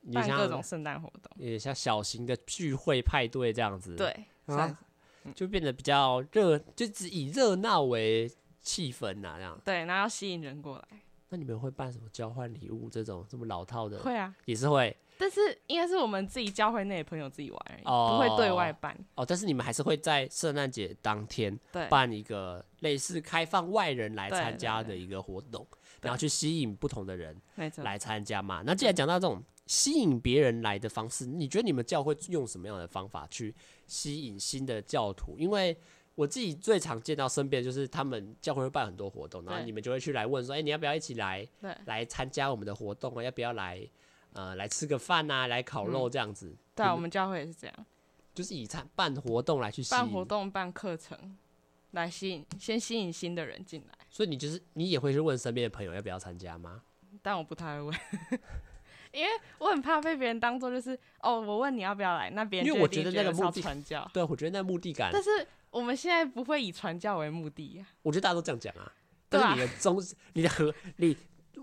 Speaker 1: 你
Speaker 2: 办各
Speaker 1: 像
Speaker 2: 种圣诞活动。
Speaker 1: 也像小型的聚会派对这样子，，
Speaker 2: 对，
Speaker 1: 啊
Speaker 2: 算是
Speaker 1: 就变得比较热，就只以热闹为气氛呐、这样。
Speaker 2: 对，然后要吸引人过来。
Speaker 1: 那你们会办什么交换礼物这种这么老套的？
Speaker 2: 会啊，
Speaker 1: 也是会，
Speaker 2: 但是应该是我们自己教会内的朋友自己玩而已，
Speaker 1: 哦
Speaker 2: 不会对外办。
Speaker 1: 哦，但是你们还是会在圣诞节当天
Speaker 2: 对，
Speaker 1: 办一个类似开放外人来
Speaker 2: 对
Speaker 1: 参加的
Speaker 2: 对对
Speaker 1: 一个活动，然后去吸引不同的人
Speaker 2: 没错。
Speaker 1: 来参加嘛。那既然讲到这种吸引别人来的方式，你觉得你们教会用什么样的方法去吸引新的教徒？因为我自己最常见到身边就是他们教会会办很多活动，然后
Speaker 2: 对
Speaker 1: 你们就会去来问说：“哎、你要不要一起来
Speaker 2: 对
Speaker 1: 来参加我们的活动啊？要不要来呃来吃个饭啊？来烤肉这样子？”
Speaker 2: 对啊，
Speaker 1: 你
Speaker 2: 我们教会也是这样，
Speaker 1: 就是以参办活动来去吸引
Speaker 2: 办活动、办课程，来吸引先吸引新的人进来。
Speaker 1: 所以你就是你也会去问身边的朋友要不要参加吗？
Speaker 2: 但我不太会问， *laughs* 因为我很怕被别人当做就是哦，我问你要不要来，那别人
Speaker 1: 因为
Speaker 2: 就
Speaker 1: 我
Speaker 2: 一定
Speaker 1: 觉
Speaker 2: 觉
Speaker 1: 得那个
Speaker 2: 是要
Speaker 1: 目的
Speaker 2: 传教，
Speaker 1: 对，我觉得那目的感，
Speaker 2: 但是我们现在不会以传教为目的呀、
Speaker 1: 我觉得大家都这样讲啊。
Speaker 2: 对
Speaker 1: 但
Speaker 2: 啊
Speaker 1: 是你的中，你的和你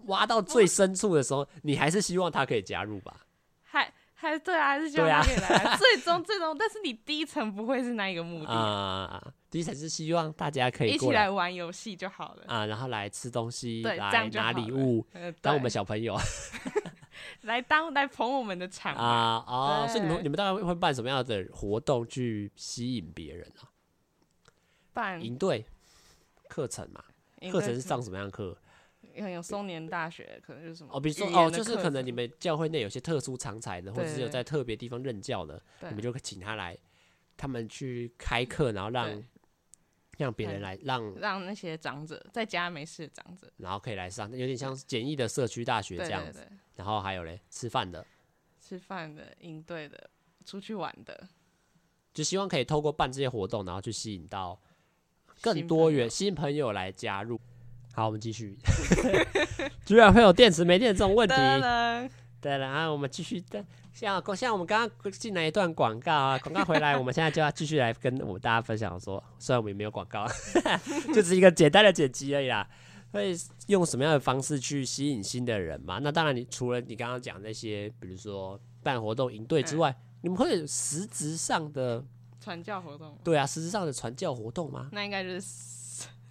Speaker 1: 挖到最深处的时候，你还是希望他可以加入吧？
Speaker 2: 还还对啊，还是希望
Speaker 1: 对啊
Speaker 2: 他可以来啊。 *laughs* 最终最终，但是你第一层不会是那一个目的，
Speaker 1: 啊、第一层是希望大家可以
Speaker 2: 一起
Speaker 1: 过
Speaker 2: 来玩游戏就好了。
Speaker 1: 啊、然后来吃东西，
Speaker 2: 对这
Speaker 1: 来
Speaker 2: 样就
Speaker 1: 拿
Speaker 2: 好
Speaker 1: 礼
Speaker 2: 了
Speaker 1: 物，
Speaker 2: 呃，
Speaker 1: 当
Speaker 2: 对
Speaker 1: 我们小朋友啊
Speaker 2: 来当来捧我们的场啊，
Speaker 1: 哦，所以你们
Speaker 2: 对
Speaker 1: 你们大概会办什么样的活动去吸引别人啊？
Speaker 2: 办
Speaker 1: 营队课程嘛，
Speaker 2: 嗯营
Speaker 1: 课
Speaker 2: 队
Speaker 1: 程是上什么样的课？
Speaker 2: 可能有松年大学，可能就是什么
Speaker 1: 哦，比如说
Speaker 2: 语言
Speaker 1: 哦，
Speaker 2: 的
Speaker 1: 就是
Speaker 2: 课
Speaker 1: 可能
Speaker 2: 程
Speaker 1: 你们教会内有些特殊常才的，或者
Speaker 2: 对
Speaker 1: 是有
Speaker 2: 对
Speaker 1: 在特别地方任教的，
Speaker 2: 对
Speaker 1: 你们就可以请他来，他们去开课，然后让
Speaker 2: 对
Speaker 1: 让别人
Speaker 2: 嗯
Speaker 1: 来，让
Speaker 2: 让那些长者在家没事的长者，
Speaker 1: 然后可以来上，有点像简易的社区大学
Speaker 2: 对
Speaker 1: 这样
Speaker 2: 对
Speaker 1: 子。
Speaker 2: 对，
Speaker 1: 然后还有嘞，吃饭的，
Speaker 2: 吃饭的、应对的、出去玩的，
Speaker 1: 就希望可以透过办这些活动，然后去吸引到更
Speaker 2: 新
Speaker 1: 多
Speaker 2: 朋友
Speaker 1: 元新朋友来加入。好，我们继
Speaker 2: *laughs*
Speaker 1: 续。居然会有电池没电这种问题，
Speaker 2: 噔噔
Speaker 1: 对了，然后我们继续的，像像我们刚刚进来一段广告啊，广告回来，我们现在就要继续来跟我们大家分享说，虽然我们也没有广告，啊 *laughs* 就只是一个简单的剪辑而已啦。会用什么样的方式去吸引新的人嘛？那当然你，除了你刚刚讲那些，比如说办活动、营队之外，你们会有实质上的
Speaker 2: 传教活动，
Speaker 1: 对啊，实质上的传教活动吗？
Speaker 2: 那应该就是圣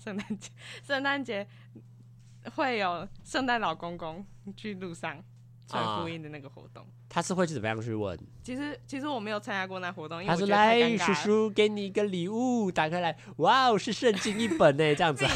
Speaker 2: 圣诞节，圣诞节会有圣诞老公公去路上传福音的那个活动。
Speaker 1: 他是会去怎么样去问？
Speaker 2: 其实其实我没有参加过那活动，因为
Speaker 1: 他
Speaker 2: 哎我觉
Speaker 1: 说：“
Speaker 2: 得太
Speaker 1: 来，
Speaker 2: 尴
Speaker 1: 叔
Speaker 2: 尬了。
Speaker 1: 叔给你一个礼物，打开来，哇哦，是圣经一本呢，这样
Speaker 2: *laughs*
Speaker 1: 子啊。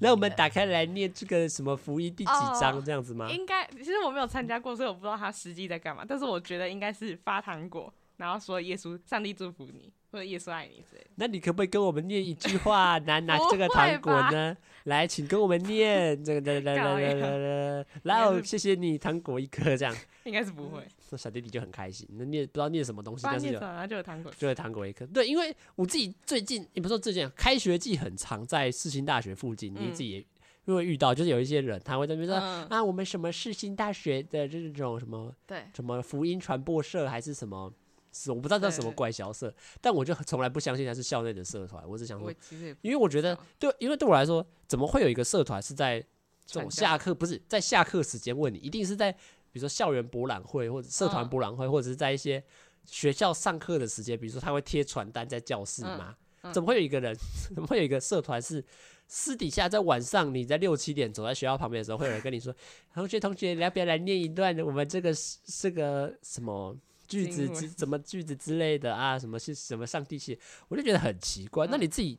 Speaker 1: 那我们打开来念这个什么福音第几章
Speaker 2: 哦
Speaker 1: 这样子吗？
Speaker 2: 应该其实我没有参加过，所以我不知道他实际在干嘛。但是我觉得应该是发糖果，然后说耶稣，上帝祝福你，或者耶稣爱你之类的。
Speaker 1: 那你可不可以跟我们念一句
Speaker 2: *laughs*
Speaker 1: 话？拿拿
Speaker 2: 不
Speaker 1: 这个
Speaker 2: 会
Speaker 1: 糖果
Speaker 2: 吧
Speaker 1: 呢？来，请跟我们念这个来来来
Speaker 2: 搞
Speaker 1: 来
Speaker 2: 呀
Speaker 1: 来来，然
Speaker 2: 应
Speaker 1: 后
Speaker 2: 该是
Speaker 1: 谢谢你，糖果一颗这样。
Speaker 2: 应该是不会，
Speaker 1: 那小弟弟就很开心，那嗯念不知道念什么东西，
Speaker 2: 不然
Speaker 1: 但是
Speaker 2: 念
Speaker 1: 有
Speaker 2: 什么然后就有糖果吃。
Speaker 1: 就是糖果一颗。对，因为我自己最近也不是说最近啊，开学季很常在世新大学附近，你
Speaker 2: 嗯
Speaker 1: 自己也因为遇到，就是有一些人他会在那边说。
Speaker 2: 嗯，
Speaker 1: *laughs* 啊，我们什么世新大学的这种什么
Speaker 2: 对，
Speaker 1: 什么福音传播社还是什么，是我不知道叫什么
Speaker 2: 对
Speaker 1: 怪校社，但我就从来不相信它是校内的社团，我只想
Speaker 2: 我
Speaker 1: 说，
Speaker 2: 其实也
Speaker 1: 因为我觉得
Speaker 2: 知道
Speaker 1: 对，因为对我来说，怎么会有一个社团是在这种
Speaker 2: 传教
Speaker 1: 下课不是在下课时间问你，一定是在比如说校园博览会或者社团
Speaker 2: 嗯
Speaker 1: 博览会，或者是在一些学校上课的时间，比如说他会贴传单在教室
Speaker 2: 嗯
Speaker 1: 嘛。
Speaker 2: 嗯
Speaker 1: 怎么会有一个人？怎么会有一个社团是私底下在晚上，你在六七点走在学校旁边的时候，会有人跟你说：“同学，同学，你要不要来念一段我们这个是这个什么句子
Speaker 2: 经文
Speaker 1: 之什么句子之类的啊？什么是什么上帝系？”我就觉得很奇怪。那
Speaker 2: 嗯
Speaker 1: 你自己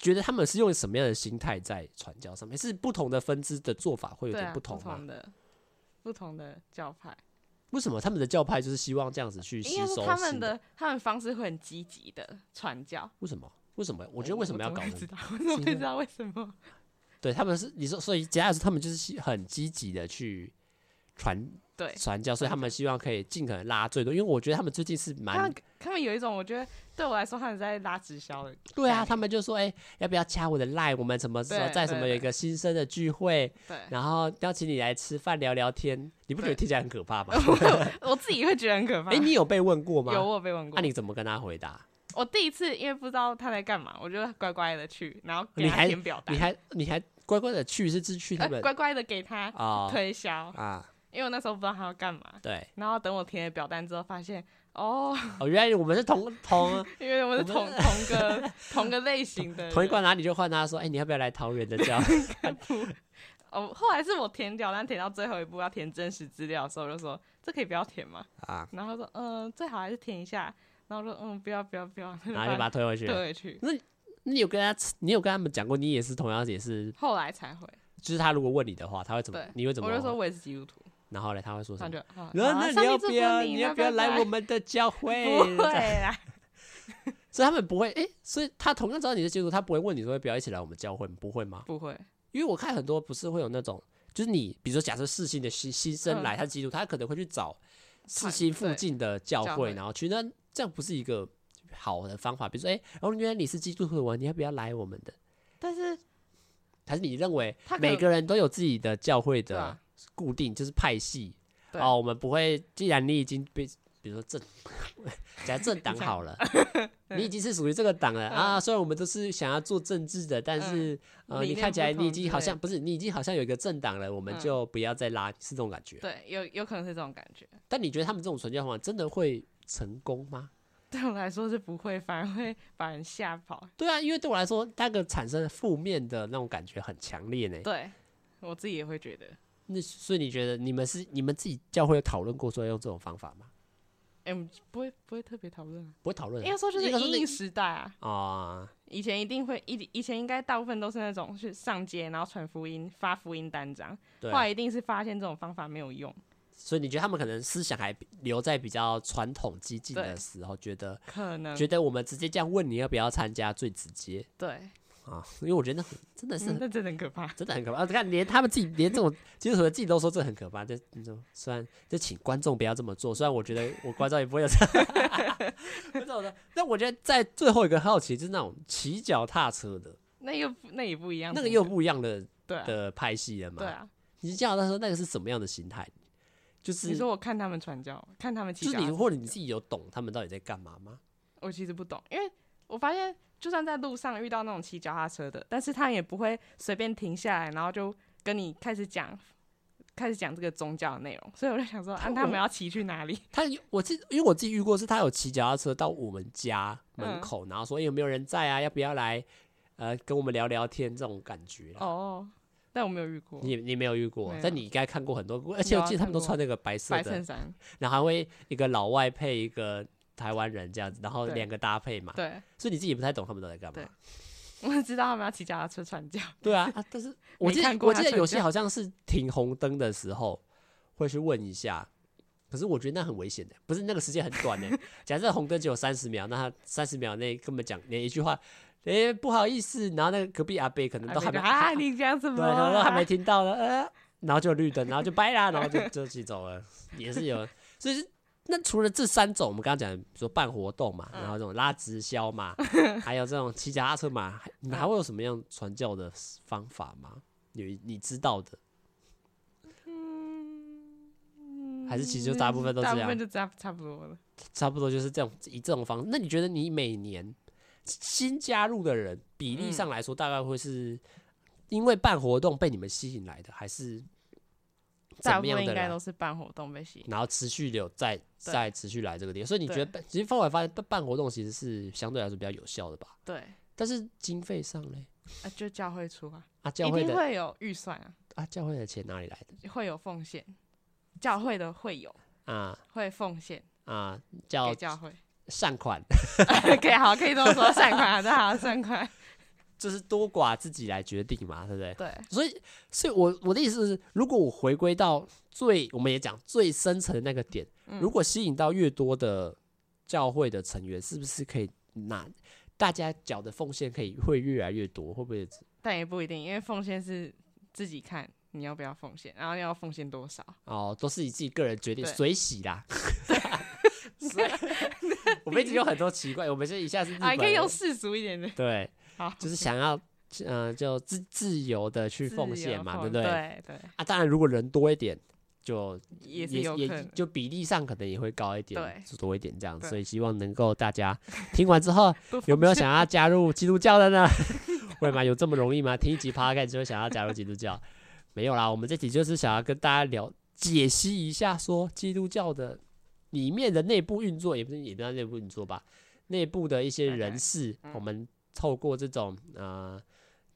Speaker 1: 觉得他们是用什么样的心态在传教上面？是不同的分支的做法会有
Speaker 2: 对
Speaker 1: 点
Speaker 2: 啊，不
Speaker 1: 同吗？
Speaker 2: 的不同的教派，
Speaker 1: 为什么他们的教派就是希望这样子去吸
Speaker 2: 应该是
Speaker 1: 收
Speaker 2: 他们
Speaker 1: 新？
Speaker 2: 的他们方式会很积极的传教。
Speaker 1: 为什么？为什么？我觉得为什么要搞
Speaker 2: 我
Speaker 1: 这
Speaker 2: 怎
Speaker 1: 个
Speaker 2: 会知道， *laughs* 我怎么会知道为什么？
Speaker 1: 对，他们是你说，所以简单来说，他们就是很积极的去传
Speaker 2: 对
Speaker 1: 传教，所以他们希望可以尽可能拉最多。因为我觉得他们最近是
Speaker 2: 他
Speaker 1: 蛮啊
Speaker 2: 们他们有一种，我觉得对我来说，他们在拉直销的。
Speaker 1: 对啊，
Speaker 2: 概念
Speaker 1: 他们就说，哎、要不要加我的 line？我们什么时候
Speaker 2: 对
Speaker 1: 在什么
Speaker 2: 对
Speaker 1: 有一
Speaker 2: 对
Speaker 1: 个新生的聚会，
Speaker 2: 对，
Speaker 1: 然后邀请你来吃饭聊聊天，你不觉得
Speaker 2: 对
Speaker 1: 听起来很可
Speaker 2: *laughs*
Speaker 1: 怕吗？
Speaker 2: *laughs* 我自己会觉得很可怕。
Speaker 1: *laughs* 哎、你有被问过吗？
Speaker 2: 有我有被问过
Speaker 1: 那、，你怎么跟他回答？
Speaker 2: 我第一次因为不知道他在干嘛，我就乖乖的去，然后给
Speaker 1: 你
Speaker 2: 他
Speaker 1: 还
Speaker 2: 填表单
Speaker 1: 你，还你还乖乖的去，是只去他
Speaker 2: 呃
Speaker 1: 们
Speaker 2: 乖乖的给他
Speaker 1: 啊
Speaker 2: 推销，
Speaker 1: 啊，
Speaker 2: 因为我那时候不知道他要干嘛。
Speaker 1: 对
Speaker 2: 然后等我填了表单之后，发现哦，
Speaker 1: 哦，原来我们是同 *laughs* 同
Speaker 2: 因为我是同
Speaker 1: 我 *laughs* 们
Speaker 2: 同个同个类型的人
Speaker 1: 同一关，哪里就换他说，哎、你要不要来桃园的教？
Speaker 2: 哦，后来是我填表单填到最后一步要填真实资料的时候，我就说这可以不要填吗？
Speaker 1: 啊，
Speaker 2: 然后他说嗯、呃最好还是填一下。然后我说嗯，不要不要不要，
Speaker 1: *laughs* 然后就把他
Speaker 2: *laughs*
Speaker 1: 推回去
Speaker 2: 推
Speaker 1: 了。
Speaker 2: 回去。
Speaker 1: 你有跟他，你有跟他们讲过，你也是同样也是，
Speaker 2: 后来才回，
Speaker 1: 就是他如果问你的话，他会怎么
Speaker 2: 对，
Speaker 1: 你会怎么
Speaker 2: 我就说
Speaker 1: 回？
Speaker 2: 我也是基督徒，
Speaker 1: 然后嘞，他会说什
Speaker 2: 他
Speaker 1: 么？
Speaker 2: 就好好
Speaker 1: 然后
Speaker 2: 啊
Speaker 1: 那
Speaker 2: 上
Speaker 1: 你要
Speaker 2: 帝祝
Speaker 1: 不
Speaker 2: 福
Speaker 1: 要？
Speaker 2: 你
Speaker 1: 你
Speaker 2: 拜
Speaker 1: 要不要
Speaker 2: 拜 *laughs*
Speaker 1: 来我们的教会？
Speaker 2: 不会啦，
Speaker 1: 所以他们不会，诶，所以他同样知道你是基督徒，他不会问你说要不要一起来我们教会，不会吗？
Speaker 2: 不会。
Speaker 1: 因为我看很多不是会有那种，就是你比如说假设世新的新新生
Speaker 2: 嗯
Speaker 1: 来，他基督徒，他可能会去找世
Speaker 2: 看
Speaker 1: 新附
Speaker 2: 对
Speaker 1: 近的教
Speaker 2: 教
Speaker 1: 会，
Speaker 2: 会
Speaker 1: 然后去那这样不是一个好的方法。比如说，诶，哦，原来你是基督徒，你要不要来我们的？
Speaker 2: 但是
Speaker 1: 还是你认为
Speaker 2: 他可
Speaker 1: 每个人都有自己的教会
Speaker 2: 对
Speaker 1: 的
Speaker 2: 啊
Speaker 1: 固定，就是派系？
Speaker 2: 对
Speaker 1: 哦，我们不会，既然你已经被，比如说政， *laughs* 讲政党好
Speaker 2: *laughs*
Speaker 1: 了，你已经是属于这个党了
Speaker 2: 嗯
Speaker 1: 啊。虽然我们都是想要做政治的，但是呃，
Speaker 2: 嗯理
Speaker 1: 你
Speaker 2: 念
Speaker 1: 看起来
Speaker 2: 不
Speaker 1: 你已
Speaker 2: 同
Speaker 1: 经
Speaker 2: 之
Speaker 1: 好
Speaker 2: 类
Speaker 1: 像不是，你已经好像有一个政党了，我们
Speaker 2: 嗯
Speaker 1: 就不要再拉，是这种感觉。
Speaker 2: 对，有有可能是这种感觉。
Speaker 1: 但你觉得他们这种传教方法真的会成功吗？
Speaker 2: 对我来说是不会，反而会把人吓跑。
Speaker 1: 对啊，因为对我来说，那个产生负面的那种感觉很强烈呢。
Speaker 2: 对我自己也会觉得，
Speaker 1: 那所以你觉得你们是你们自己教会有讨论过说要用这种方法吗？
Speaker 2: 哎、我们不会不会特别讨论啊。
Speaker 1: 不会讨论啊，
Speaker 2: 应该说就是
Speaker 1: 应该
Speaker 2: 因
Speaker 1: 那
Speaker 2: 应时代啊，
Speaker 1: 啊，
Speaker 2: 以前一定会一以前应该大部分都是那种去上街然后传福音发福音单张，后
Speaker 1: 对啊，
Speaker 2: 来一定是发现这种方法没有用，
Speaker 1: 所以你觉得他们可能思想还留在比较传统激进的
Speaker 2: 对嗯
Speaker 1: 时候，觉得
Speaker 2: 可能
Speaker 1: 觉得我们直接这样问你要不要参加最直接
Speaker 2: 对，
Speaker 1: 啊，因为我觉得那很真的是
Speaker 2: 嗯那真的很
Speaker 1: *laughs*
Speaker 2: 可怕。
Speaker 1: 真的很可怕。啊看连他们自己连这种基督徒自己都说这很可怕，这你说虽然就请观众不要这么做，虽然我觉得我观众 *laughs* 也不会有这不是我的，但我觉得在最后一个好奇就是那种骑脚踏车的
Speaker 2: 那又不那也不一样，
Speaker 1: 那个又不一样的
Speaker 2: 对啊
Speaker 1: 的派系了嘛，
Speaker 2: 对啊。
Speaker 1: 你是这样，他说那个是什么样的心态？就是
Speaker 2: 你说我看他们传教，看他们
Speaker 1: 就
Speaker 2: 祈
Speaker 1: 是
Speaker 2: 祷，
Speaker 1: 你或者你自己有懂他们到底在干嘛吗？
Speaker 2: 我其实不懂，因为我发现就算在路上遇到那种骑脚踏车的，但是他也不会随便停下来，然后就跟你开始讲，开始讲这个宗教的内容。所以我就想说，
Speaker 1: *laughs*
Speaker 2: 啊，他们要骑去哪里？ *laughs*
Speaker 1: 他有我自因为我自己遇过，是他有骑脚踏车到我们家
Speaker 2: 嗯
Speaker 1: 门口，然后说、欸、有没有人在啊？要不要来呃跟我们聊聊天这种感觉啦。啊
Speaker 2: 哦，但我没有遇过
Speaker 1: 你你没有遇过
Speaker 2: 没，有啊
Speaker 1: 但你应该看过很多，而且我记得他们都穿那个白色
Speaker 2: 白
Speaker 1: 的
Speaker 2: 衬，
Speaker 1: *laughs*
Speaker 2: 衫，
Speaker 1: 然后还会一个老外配一个台湾人这样子，然后
Speaker 2: 对
Speaker 1: 两个搭配嘛，
Speaker 2: 对
Speaker 1: 所以你自己也不太懂他们都在干嘛
Speaker 2: 对。 *laughs* 我只知道他们要骑脚踏车传教。
Speaker 1: *laughs* 对啊，啊但是我记
Speaker 2: 看
Speaker 1: 得
Speaker 2: 过
Speaker 1: 我
Speaker 2: 他
Speaker 1: 记得
Speaker 2: 传
Speaker 1: 有些
Speaker 2: 教
Speaker 1: 好像是停红灯的时候会去问一下，可是我觉得那很危险的，不是那个时间很短的。 *laughs* 假设红灯只有三十秒，那他三十秒内根本讲连一句话，哎、不好意思，然后那个隔壁阿贝可能都还没，
Speaker 2: 啊，你讲什
Speaker 1: 对，
Speaker 2: 么、
Speaker 1: 然后还
Speaker 2: *laughs*
Speaker 1: 没
Speaker 2: 啊？
Speaker 1: 听到呢，呃，然后就绿灯，然后就掰啦，然 *laughs* 后就就骑走了，也是有，所以是。那除了这三种，我们刚刚讲，比如说办活动
Speaker 2: 嗯
Speaker 1: 嘛，然后这种拉直销
Speaker 2: *laughs*
Speaker 1: 嘛，还有这种骑脚踏车嘛，还
Speaker 2: 嗯
Speaker 1: 你们还会有什么样传教的方法吗？你你知道的，还是其实就大部分都
Speaker 2: 嗯大
Speaker 1: 这
Speaker 2: 部
Speaker 1: 样
Speaker 2: 分，就这样差不多了。
Speaker 1: 差不多就是这种以这种方式。那你觉得你每年新加入的人比例上来说，大概会是因为办活动被你们吸引来的，还是怎
Speaker 2: 大
Speaker 1: 么
Speaker 2: 部
Speaker 1: 样
Speaker 2: 分
Speaker 1: 的
Speaker 2: 应该
Speaker 1: 人
Speaker 2: 都是办活动被吸引。
Speaker 1: 然后持续留在
Speaker 2: 对
Speaker 1: 再持续来这个点，所以你觉得
Speaker 2: 对
Speaker 1: 办其实后来发现办办活动其实是相对来说比较有效的吧？
Speaker 2: 对，
Speaker 1: 但是经费上嘞，
Speaker 2: 啊，就教会出啊，
Speaker 1: 啊教
Speaker 2: 一
Speaker 1: 会
Speaker 2: 定
Speaker 1: 的
Speaker 2: 会有预算啊，
Speaker 1: 啊教会的钱哪里来
Speaker 2: 会有奉献，教会的会有
Speaker 1: 的啊
Speaker 2: 会奉献
Speaker 1: 啊
Speaker 2: 给
Speaker 1: 叫
Speaker 2: 教会， *laughs*
Speaker 1: 善款， *laughs*
Speaker 2: 可以好，可以这么说，善 *laughs* 款啊，大好善款，
Speaker 1: 就是多寡自己来决定嘛，对不对？
Speaker 2: 对，
Speaker 1: 所以，所以我我的意思是，如果我回归到最，我们也讲最深层的那个点，
Speaker 2: 嗯
Speaker 1: 如果吸引到越多的教会的成员，是不是可以拿大家缴的奉献可以会越来越多？会不会
Speaker 2: 但也不一定，因为奉献是自己看你要不要奉献，然后要奉献多少，
Speaker 1: 哦，都是你自己个人决定，
Speaker 2: 对
Speaker 1: 随喜
Speaker 2: *laughs*
Speaker 1: 啦。所以，我们一直有很多奇怪，我们这一下是日
Speaker 2: 啊，
Speaker 1: 本
Speaker 2: 你可以
Speaker 1: 人
Speaker 2: 用，世俗一点的，
Speaker 1: 对，
Speaker 2: 好，
Speaker 1: 就是想要，嗯、就自自由的去
Speaker 2: 自
Speaker 1: 奉
Speaker 2: 由
Speaker 1: 献嘛，对
Speaker 2: 奉
Speaker 1: 不对？
Speaker 2: 对对，
Speaker 1: 啊，当然如果人多一点，就
Speaker 2: 也是
Speaker 1: 也
Speaker 2: 有可能
Speaker 1: 就比例上可能也会高一点，
Speaker 2: 对
Speaker 1: 就多一点这样，
Speaker 2: 对
Speaker 1: 所以希望能够大家听完之
Speaker 2: *laughs*
Speaker 1: 后，
Speaker 2: 多奉
Speaker 1: 有没有
Speaker 2: 献
Speaker 1: 想要加入基督教的
Speaker 2: *laughs*
Speaker 1: 呢？会吗？有这么容易吗？听一集 p o d 就会想要加入基督教？没有啦，我们这集就是想要跟大家聊解析一下，说基督教的里面的内部运作，也不是也不叫内部运作吧，内部的一些人
Speaker 2: 嗯 OK，
Speaker 1: 事，我们透过这种呃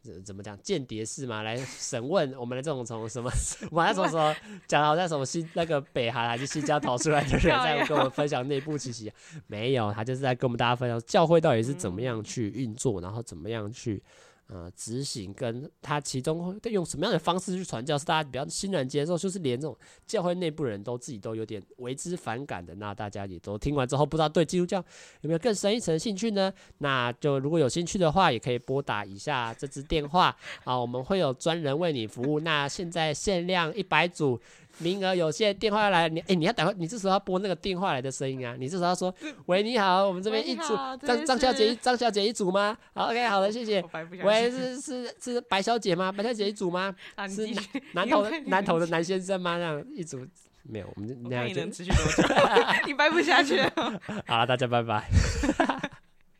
Speaker 1: 呃怎么讲间谍式嘛，来审问我们的这种从什么，我们还从什么讲好像什么新那个北韩还是新疆逃出来的人，
Speaker 2: 靠
Speaker 1: 在
Speaker 2: 腰
Speaker 1: 跟我们分享内部信息，没有，他就是在跟我们大家分享教会到底是怎么样去运作，然后怎么样去。呃，执行跟他其中会用什么样的方式去传教，是大家比较欣然接受，就是连这种教会内部人都自己都有点为之反感的，那大家也都听完之后，不知道对基督教有没有更深一层的兴趣呢？那就如果有兴趣的话，也可以拨打以下这支电话啊，我们会有专人为你服务。那现在限量一百组。名额有限，电话要来，你哎、你要打快，你这时候要拨那个电话来的声音啊！你这时候要说：“喂，你好，我们这边
Speaker 2: 喂
Speaker 1: 一
Speaker 2: 你
Speaker 1: 组，
Speaker 2: 好这
Speaker 1: 张
Speaker 2: 边
Speaker 1: 张小姐
Speaker 2: 是
Speaker 1: 一张小姐一组吗？”好，OK，好的，谢谢
Speaker 2: 我。白不相
Speaker 1: 喂，
Speaker 2: 信
Speaker 1: 是是是白小姐吗？白小姐一组吗？
Speaker 2: 啊！你
Speaker 1: 是
Speaker 2: 继续，
Speaker 1: 南
Speaker 2: 你
Speaker 1: 投
Speaker 2: *laughs* 有
Speaker 1: 的
Speaker 2: 看你
Speaker 1: 南
Speaker 2: 们
Speaker 1: 投的南先生吗？那样一组没有，我们就
Speaker 2: 我
Speaker 1: 那
Speaker 2: 看
Speaker 1: 样
Speaker 2: *laughs* 你
Speaker 1: 就
Speaker 2: 能持续多久？你掰不下去了。
Speaker 1: 好了，大家拜拜。